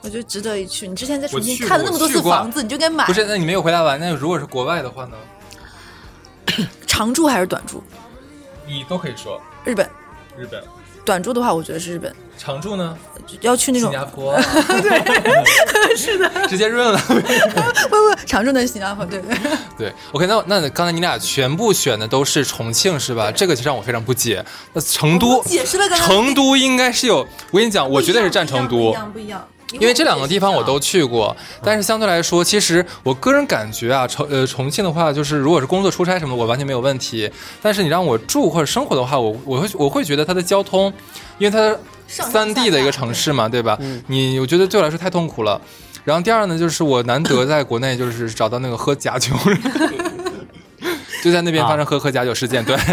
我觉得值得一去。你之前在重我去庆过看了那么多次我去过房子，你就该买不。是，那你没有回答完。那如果是国外的话呢，长住还是短住？你都可以说日本日本。短住的话，我觉得是日本，常住呢，要去那新种加坡。啊对，是的，直接润了。 不不长住的是新加坡，对对。对，OK，那那刚才你俩全部选的都是重庆是吧？这个就让我非常不解。那成都我解释了刚才 成都应该是有，我跟你讲，我觉得是占成不一都。样，不一样，不一样因为这两个地方我都去过，但是相对来说，其实我个人感觉啊，重呃重庆的话，就是如果是工作出差什么的，我完全没有问题。但是你让我住或者生活的话，我我会我会觉得它的交通，因为它上三下 D 的一下个城市嘛，对吧？你我觉得对我来说太痛苦了。然后第二呢，就是我难得在国内就是找到那个喝假酒， 就在那边发生喝喝假酒事件，对。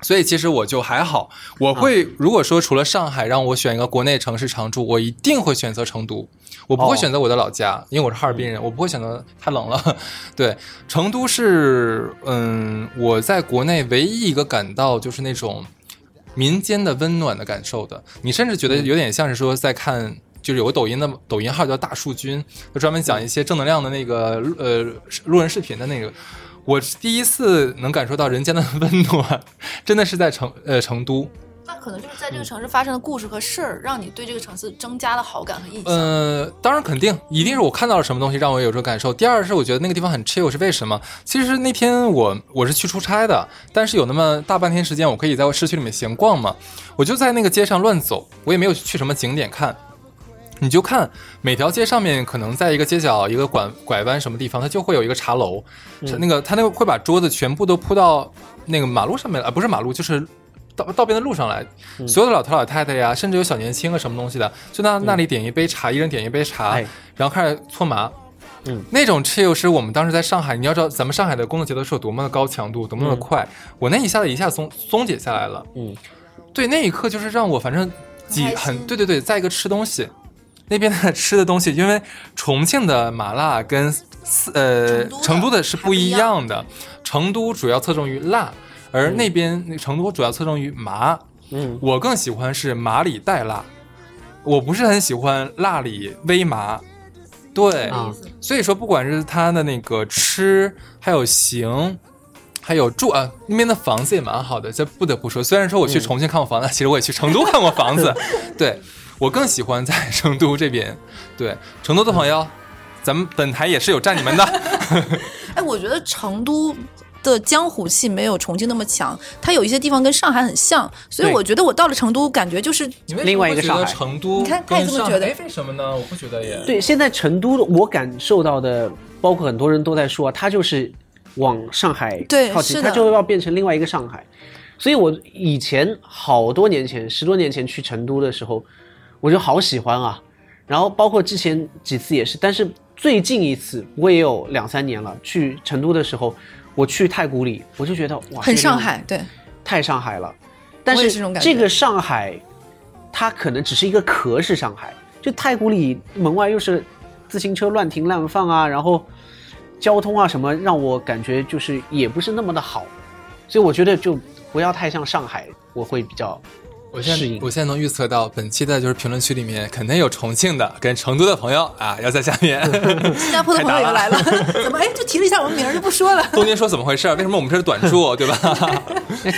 所以其实我就还好，我会、如果说除了上海让我选一个国内城市常住，我一定会选择成都，我不会选择我的老家，因为我是哈尔滨人，我不会选择太冷了。 对，成都是嗯，我在国内唯一一个感到就是那种民间的温暖的感受的，你甚至觉得有点像是说在看。就是有个抖音的抖音号叫大树君，就专门讲一些正能量的那个呃路人视频的那个， 我第一次能感受到人间的温暖，真的是在成呃成都。那可能就是在这个城市发生的故事和事儿，让你对这个城市增加了好感和印象。呃，当然肯定，一定是我看到了什么东西让我有这种感受。第二是我觉得那个地方很 chill 是为什么？其实那天我我是去出差的，但是有那么大半天时间，我可以在市区里面闲逛嘛，我就在那个街上乱走，我也没有去什么景点看。你就看每条街上面，可能在一个街角、一个拐拐弯什么地方，它就会有一个茶楼，是那个它那个会把桌子全部都铺到那个马路上面来，啊，不是马路，就是道道边的路上来。所有的老头老太太呀，甚至有小年轻啊，什么东西的，就那那里点一杯茶，一人点一杯茶哎，然后开始搓麻。嗯，那种 chill 是我们当时在上海，你要知道咱们上海的工作节奏是有多么的高强度，多么的快。我那一下子一下松松解下来了。嗯，对，那一刻就是让我反正几很开心很对对对，再一个吃东西，那边的吃的东西，因为重庆的麻辣跟四呃成都的成都的是还不不一一样样的，成都主要侧重于辣，而那边那成都主要侧重于麻。嗯，我更喜欢是麻里带辣，我不是很喜欢辣里微麻。对，啊所以说不管是它的那个吃，还有行。还有住啊，那边的房子也蛮好的。这不得不说，虽然说我嗯去重庆看过房子，其实我也去 成都看过房子。对我更喜欢在成都这边。对成都的朋友，咱们本台也是有站你们的。哎，我觉得成都的江湖气没有重庆那么强，它有一些地方跟上海很像，所以对我觉得我到了成都，感觉就是 你为什么另外一会个觉得上海成都，你看他也这么觉得为什么呢？我不觉得也。对，现在成都我感受到的，包括很多人都在说，它就是往上海对靠近，是的它就要变成另外一个上海。所以我以前好多年前，十多年前去成都的时候，我就好喜欢啊。然后包括之前几次也是，但是最近一次我也有两三年了，去成都的时候，我去太古里，我就觉得哇，很这个上海，对，太上海了。但我也是是这种感觉这个上海，它可能只是一个壳是上海，就太古里门外又是自行车乱停乱放啊，然后交通啊什么，让我感觉就是也不是那么的好，所以我觉得就不要太像上海，我会比 较我现适在应我现在能预测到，本期的就是评论区里面肯定有重庆的跟成都的朋友啊，要在下面。 新加坡的朋友又来了， 怎么哎就提了一下我们名儿就不说了？ 中间说怎么回事？为什么我们这是短住，对吧？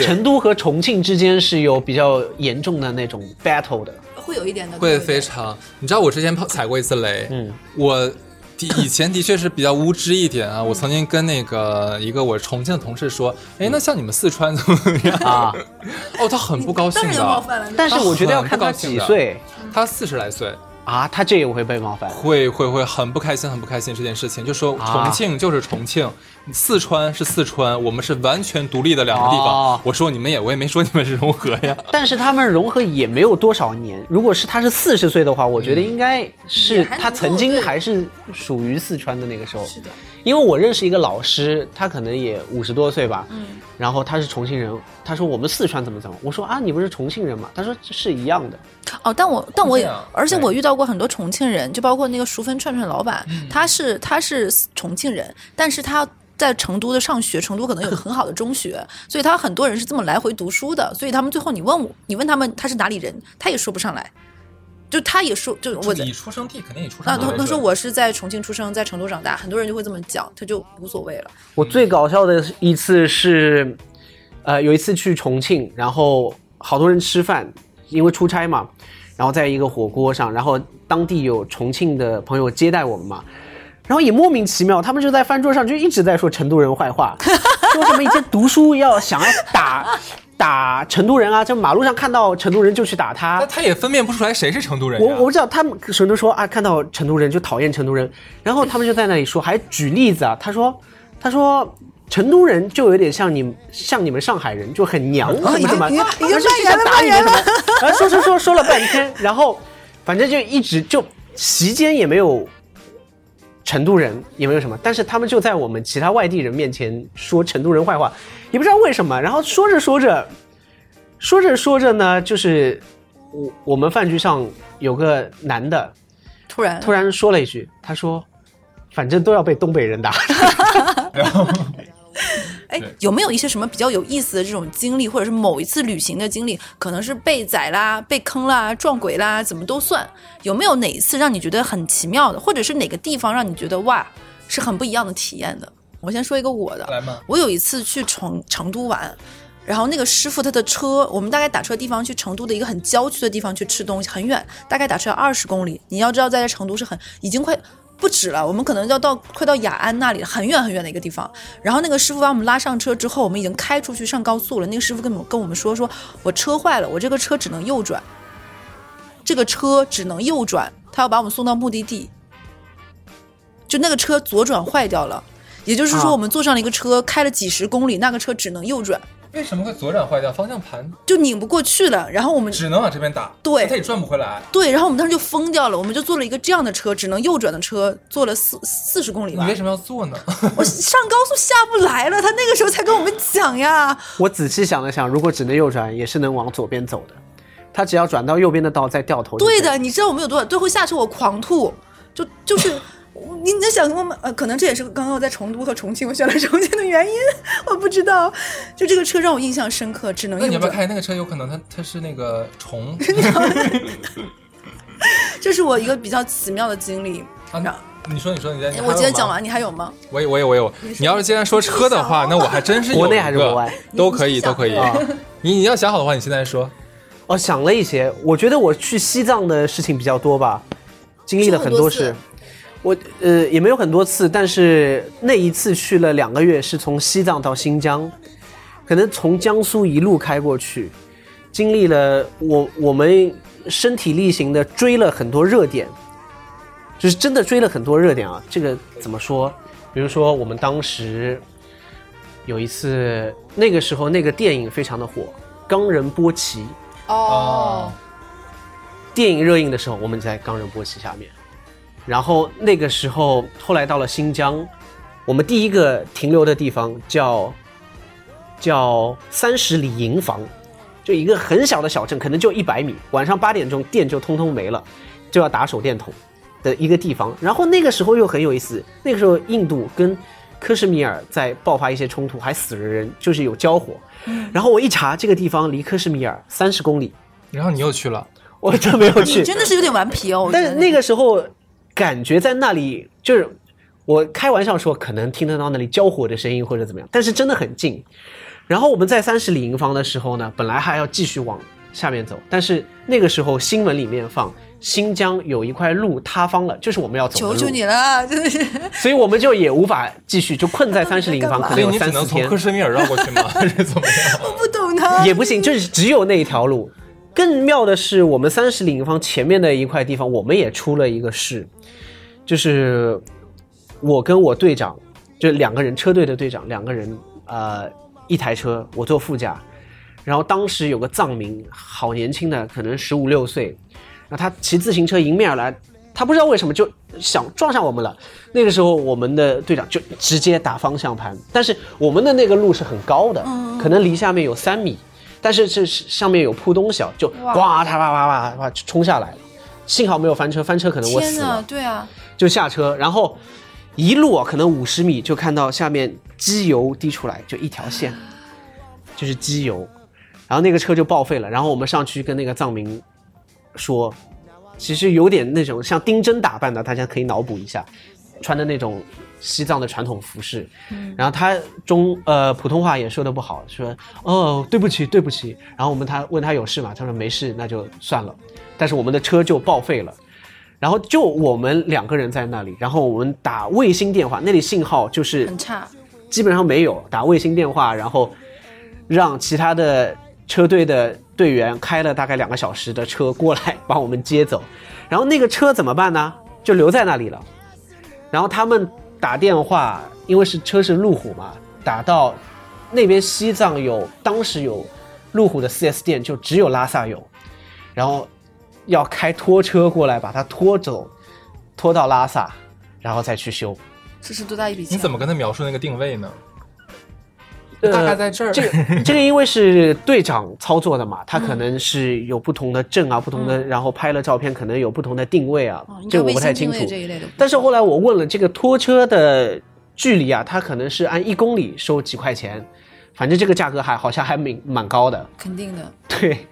成都和重庆之间是有比较严重的那种 battle 的，会有一点的， 会非常，你知道我之前碰踩过一次雷，嗯，我的以前的确是比较无知一点啊。我曾经跟那个一个我重庆的同事说，哎，那像你们四川怎么样啊？哦，他很不高兴当然有冒的，犯了。但是我觉得要看他几岁他四十来岁，啊，他这也会被冒犯。会会会很不开心，很不开心这件事情，就说啊重庆就是重庆，四川是四川，我们是完全独立的两个地方。哦我说你们也，我也没说你们是融合呀。 但是他们融合也没有多少年。如果是他是四十岁的话，我觉得应该是也还能够他曾经还是属于四川的那个时候。是的，因为我认识一个老师，他可能也五十多岁吧，嗯然后他是重庆人，他说我们四川怎么怎么，我说啊你不是重庆人吗？他说这是一样的，哦，但我但我也重庆啊，而且对我遇到过很多重庆人，就包括那个熟分串串老板，他是他是重庆人，但是他。在成都的上学，成都可能有个很好的中学，所以他很多人是这么来回读书的，所以他们最后你问我，你问他们他是哪里人，他也说不上来，就他也说就 我在你出生地肯定以出那生地他为他说准我是在重庆出生，在成都长大，很多人就会这么讲，他就无所谓了。我最搞笑的一次是，呃，有一次去重庆，然后好多人吃饭，因为出差嘛，然后在一个火锅上，然后当地有重庆的朋友接待我们嘛，然后也莫名其妙，他们就在饭桌上就一直在说成都人坏话，说什么以前读书要想要打打成都人啊，就马路上看到成都人就去打他那。他也分辨不出来谁是成都人呀。我我不知道他们可能说啊，看到成都人就讨厌成都人，然后他们就在那里说，还举例子啊，他说他说成都人就有点像你像你们上海人，就很娘，很怎么，已经已经然后就扮演了打你们什么，然后啊说说说说了半天，然后反正就一直就席间也没有。成都人也没有什么，但是他们就在我们其他外地人面前说成都人坏话，也不知道为什么。然后说着说着，说着说着呢，就是我我们饭局上有个男的，嗯突然突然说了一句，他说：“反正都要被东北人打。哎对，有没有一些什么比较有意思的这种经历，或者是某一次旅行的经历，可能是被宰啦、被坑啦、撞鬼啦，怎么都算？有没有哪一次让你觉得很奇妙的，或者是哪个地方让你觉得哇，是很不一样的体验的？我先说一个我的，来嘛，我有一次去成成都玩，然后那个师傅他的车，我们大概打车的地方去成都的一个很郊区的地方去吃东西，很远，大概打车要二十公里。你要知道，在成都是很已经快。不止了，我们可能要到快到雅安那里了，很远很远的一个地方。然后那个师傅把我们拉上车之后，我们已经开出去上高速了。那个师傅跟我们跟我们说，说我车坏了，我这个车只能右转，这个车只能右转，他要把我们送到目的地。就那个车左转坏掉了，也就是啊说我们坐上了一个车，开了几十公里，那个车只能右转，为什么会左转坏掉？方向盘就拧不过去了。然后我们只能往这边打，对它也转不回来。对，然后我们当时就疯掉了，我们就坐了一个这样的车，只能右转的车，坐了四四十公里你吧为。什么要坐呢？我上高速下不来了，他那个时候才跟我们讲呀。” 我仔细想了想，如果只能右转，也是能往左边走的。他只要转到右边的道再掉头。对的，，你知道我们有多少？最后下车我狂吐，就就是你你在想我们呃，可能这也是刚刚我在成都和重庆，我选了重庆的原因，我不知道。就这个车让我印象深刻，只能那你要右不要转。看那个车？有可能它它是那个虫这是我一个比较奇妙的经经历。啊。你说，你说，你在。哎我今天讲完，你还有吗？我有，我有，我有。你要是既然说车的话，那我还真是有国内一还是个国外都可以，都可以啊。你你要想好的话，你现在说。哦，想了一些，我觉得我去西藏的事情比较多吧，经历了很多去事。我呃也没有很多次，但是那一次去了两个月，是从西藏到新疆，可能从江苏一路开过去，经历了我我们身体力行的追了很多热点，就是真的追了很多热点啊。这个怎么说？比如说我们当时有一次，那个时候那个电影非常的火，《冈仁波齐》。哦，电影热映的时候，我们在冈仁波齐下面，然后那个时候后来到了新疆，我们第一个停留的地方叫叫三十里营房，就一个很小的小镇，可能就一百米。晚上八点钟电就通通没了，就要打手电筒的一个地方。然后那个时候又很有意思，那个时候印度跟克什米尔在爆发一些冲突，还死了人，就是有交火。嗯然后我一查，这个地方离克什米尔三十公里，然后你又去了，我真没有去 你。真的是有点顽皮哦。我觉但得是那个时候感觉在那里，就是我开玩笑说，可能听得到那里交火的声音或者怎么样，但是真的很近。然后我们在三十里营房的时候呢，本来还要继续往下面走，但是那个时候新闻里面放新疆有一块路塌方了，就是我们要走的求路，求你哎了，真的是。所以我们就也无法继续，就困在三十里营房，可所能以有哎你只三四能从天克什米尔绕过去 吗？还是怎么样？不懂他。也不行，就是只有那一条路。更妙的是，我们三十里营房前面的一块地方，我们也出了一个事，就是我跟我队长，就两个人车队的队长，两个人呃一台车，我坐副驾。然后当时有个藏民，好年轻的，可能十五六岁，然后他骑自行车迎面而来，他不知道为什么就想撞上我们了。那个时候我们的队长就直接打方向盘，但是我们的那个路是很高的，可能离下面有三米，但是这是上面有铺东西啊，就呱嗒啪啪啪啪啪就冲下来了。幸好没有翻车，翻车可能我天死了哪，。对啊，就下车，然后一路啊，可能五十米就看到下面机油滴出来，就一条线，就是机油，然后那个车就报废了。然后我们上去跟那个藏民说，其实有点那种像丁真打扮的，大家可以脑补一下，穿的那种西藏的传统服饰。然后他中呃普通话也说的不好，说哦对不起对不起。然后我们他问他有事吗？他说没事，那就算了。但是我们的车就报废了。然后就我们两个人在那里，然后我们打卫星电话，那里信号就是很差。基本上没有打卫星电话，然后让其他的车队的队员开了大概两个小时的车过来把我们接走，然后那个车怎么办呢？ 就留在那里了。然后他们打电话，因为是车是路虎嘛，打到那边西藏有，当时有路虎的 4S 店，就只有拉萨有，然后要开拖车过来把它拖走，拖到拉萨，然后再去修。这是多大一笔钱？你怎么跟他描述那个定位呢？呃大概在这儿。 这个这个因为是队长操作的嘛，他可能是有不同的证啊，不同的，然后拍了照片可能有不同的定位啊，嗯哦应该这个我卫不太星清定楚位。这一类的不？但是后来我问了这个拖车的距离啊，它可能是按一公里收几块钱，反正这个价格还好像还蛮蛮高的。 肯定的，对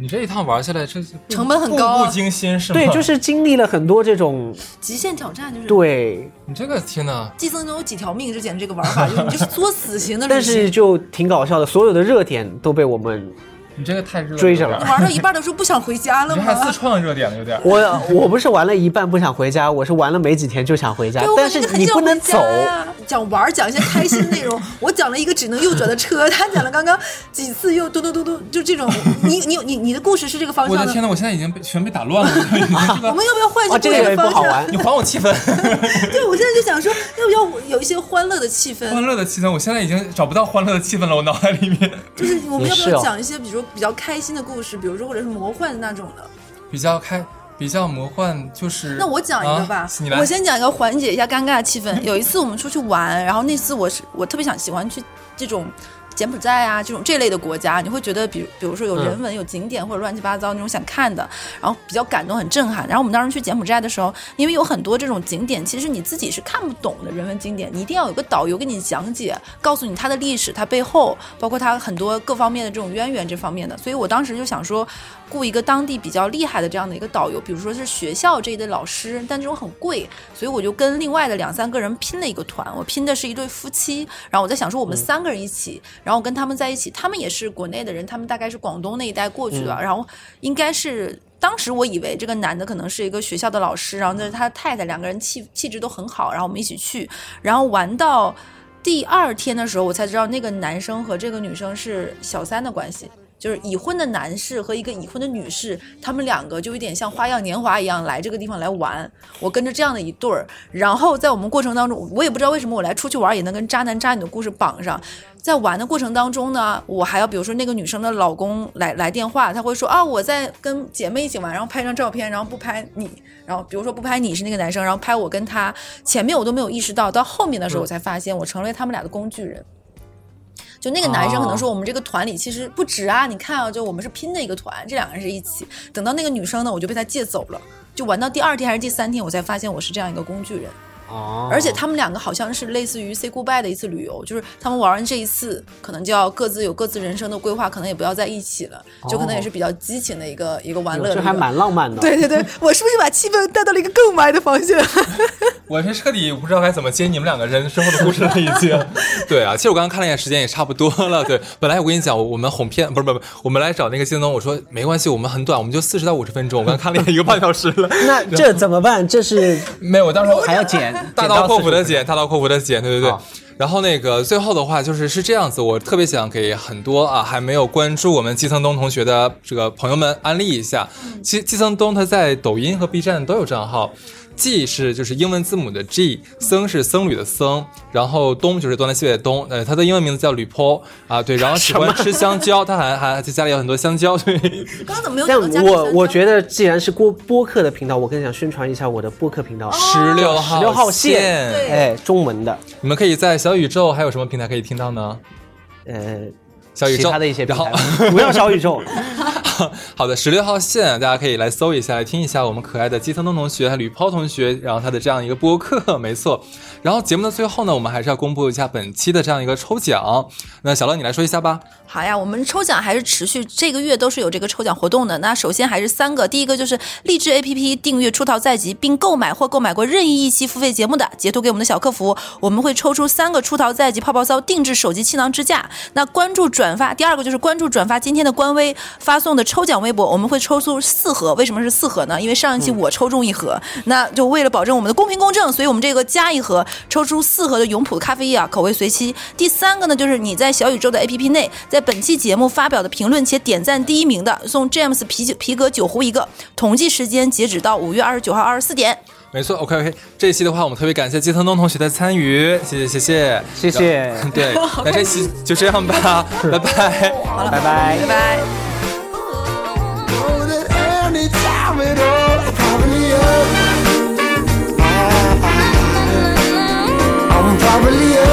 你这一趟玩下来，这是步成本很高啊步步惊心是吗？对， 就是经历了很多这种极限挑战就是对，你这个天哪，寄生中有几条命之前这个玩法，就是你 就是作死型的旅但行。是就挺搞笑的，所有的热点都被我们你这个太热追上有了点儿玩到一半的时候不想回家了你这还吗自？创热点了，有点儿。我我不是玩了一半不想回家，我是玩了没几天就想回家对，我，但感是觉很你想不能回走家。啊呀讲玩儿，讲一些开心内 容。我讲了一个只能右转的车，他讲了刚刚几次又嘟嘟嘟嘟，就这种。你你你你的故事是这个方我向的的天。哪，我现在已经被全被打乱了，我已经这 我个们要不要换一啊，个这不一个样也的不方好 向？玩你。还我气氛， 对，我现在就想说，要不要有一些欢乐的气欢 氛？乐的气氛，我现在已经找不到欢乐的气氛了，我脑海里面就是我们要也不是哦要讲一些，比如说比较开心的故事，比如说或者是魔幻的那种的？比较开，比较魔幻，就是那我讲一个吧啊、你来，我先讲一个缓解一下尴尬的气氛。有一次我们出去玩，然后那次我是我特别想喜欢去这种柬埔寨啊这种这类的国家，你会觉得比如比如说有嗯人文、有景点或者乱七八糟那种想看的，然后比较感动、很震撼。然后我们当时去柬埔寨的时候，因为有很多这种景点，其实你自己是看不懂的人文景点，你一定要有个导游给你讲解，告诉你它的历史、它背后，包括它很多各方面的这种渊源这方面的。所以我当时就想说，雇一个当地比较厉害的这样的一个导游，比如说是学校这一类老师，但这种很贵，所以我就跟另外的两三个人拼了一个团，我拼的是一对夫妻，然后我在想说我们三个人一起，然后我跟他们在一起，他们也是国内的人，他们大概是广东那一带过去的，然后应该是。当时我以为这个男的可能是一个学校的老师，然后就是他的太太，两个人气气质都很好，然后我们一起去，然后玩到第二天的时候，我才知道那个男生和这个女生是小三的关系，就是已婚的男士和一个已婚的女士，他们两个就有点像花样年华一样来这个地方来玩。我跟着这样的一对儿，然后在我们过程当中，我也不知道为什么我来出去玩也能跟渣男渣女的故事绑上。在玩的过程当中呢，我还要比如说那个女生的老公来来电话，他会说啊我在跟姐妹一起玩，然后拍张照片，然后不拍你，然后比如说不拍你是那个男生，然后拍我跟他，前面我都没有意识到，到后面的时候我才发现我成了他们俩的工具人。就那个男生可能说我们这个团里其实不止啊，你看啊，就我们是拼的一个团，这两个人是一起。等到那个女生呢，我就被他借走了。就玩到第二天还是第三天，我才发现我是这样一个工具人。哦而且他们两个好像是类似于 say goodbye 的一次旅游，就是他们玩完这一次，可能就要各自有各自人生的规划，可能也不要在一起了，就可能也是比较激情的一个一个玩乐的一这个。哦还蛮浪漫的。对对对，我是不是把气氛带到了一个更歪的方向？我是彻底不知道该怎么接你们两个人生活的故事了，已 经。对啊，其实我刚刚看了一眼时间，也差不多了。对， 本来我跟你讲，我们哄骗，不是不是，不是我们来找那个靳东，我说没关系，我们很短，我们就四十到五十分钟。我刚看了一眼，一个半小时了。 那这怎么办？这是没有，我当时还要剪，大剪刀阔斧的啊40分钟。剪，大刀阔斧的剪，对对对好。然后那个最后的话就是是这样子，我特别想给很多啊还没有关注我们季曾东同学的这个朋友们安利一下，季季曾东他在抖音和 B 站都有账号。G 是就是英文字母的 G，僧是僧侣的僧，然后东就是东南西北的东，呃，他的英文名字叫吕坡啊，对，然后喜欢吃香蕉，他还还家里有很多香蕉，对，刚刚怎么没有但讲到家庭我相我交觉得，既然是播播客的频道，我更想宣传一下我的播客频道，十六号16号线线，对哎，中文的，你们可以在小宇宙还有什么平台可以听到呢？呃，小宇宙其他的一些平然后台，不要小宇 宙， 好的，十六号线，大家可以来搜一下，来听一下我们可爱的基层东同学、吕抛同学，然后他的这样一个播客，没错。然后节目的最后呢，我们还是要公布一下本期的这样一个抽奖。那小乐，你来说一下吧。好呀，我们抽奖还是持续，这个月都是有这个抽奖活动的。那首先还是三个，第一个就是励志 APP 订阅《出逃在即》，并购买或购买过任意一期付费节目的，截图给我们的小客服，我们会抽出三个《出逃在即》泡泡骚定制手机气囊支架。那关注转发，第二个就是关注转发今天的官微，发送的抽奖微博，我们会抽出四盒。为什么是四盒呢？因为上一期我抽中一盒，那就为了保证我们的公平公正，所以我们这个加一盒，抽出四盒的永璞咖啡液啊，口味随机。第三个呢，就是你在小宇宙的 APP 内，在本期节目发表的评论且点赞第一名的，送 James 啤酒皮革酒壶一个。统计时间截止到五月二十九号二十四点。没错，OK OK，这一期的话，我们特别感谢基层东同学的参与，谢谢谢谢谢谢，对，那这期就这样 吧，拜拜。拜拜。拜拜。 Know that any time at all, I probably am. I'm probably Oh, am. Oh,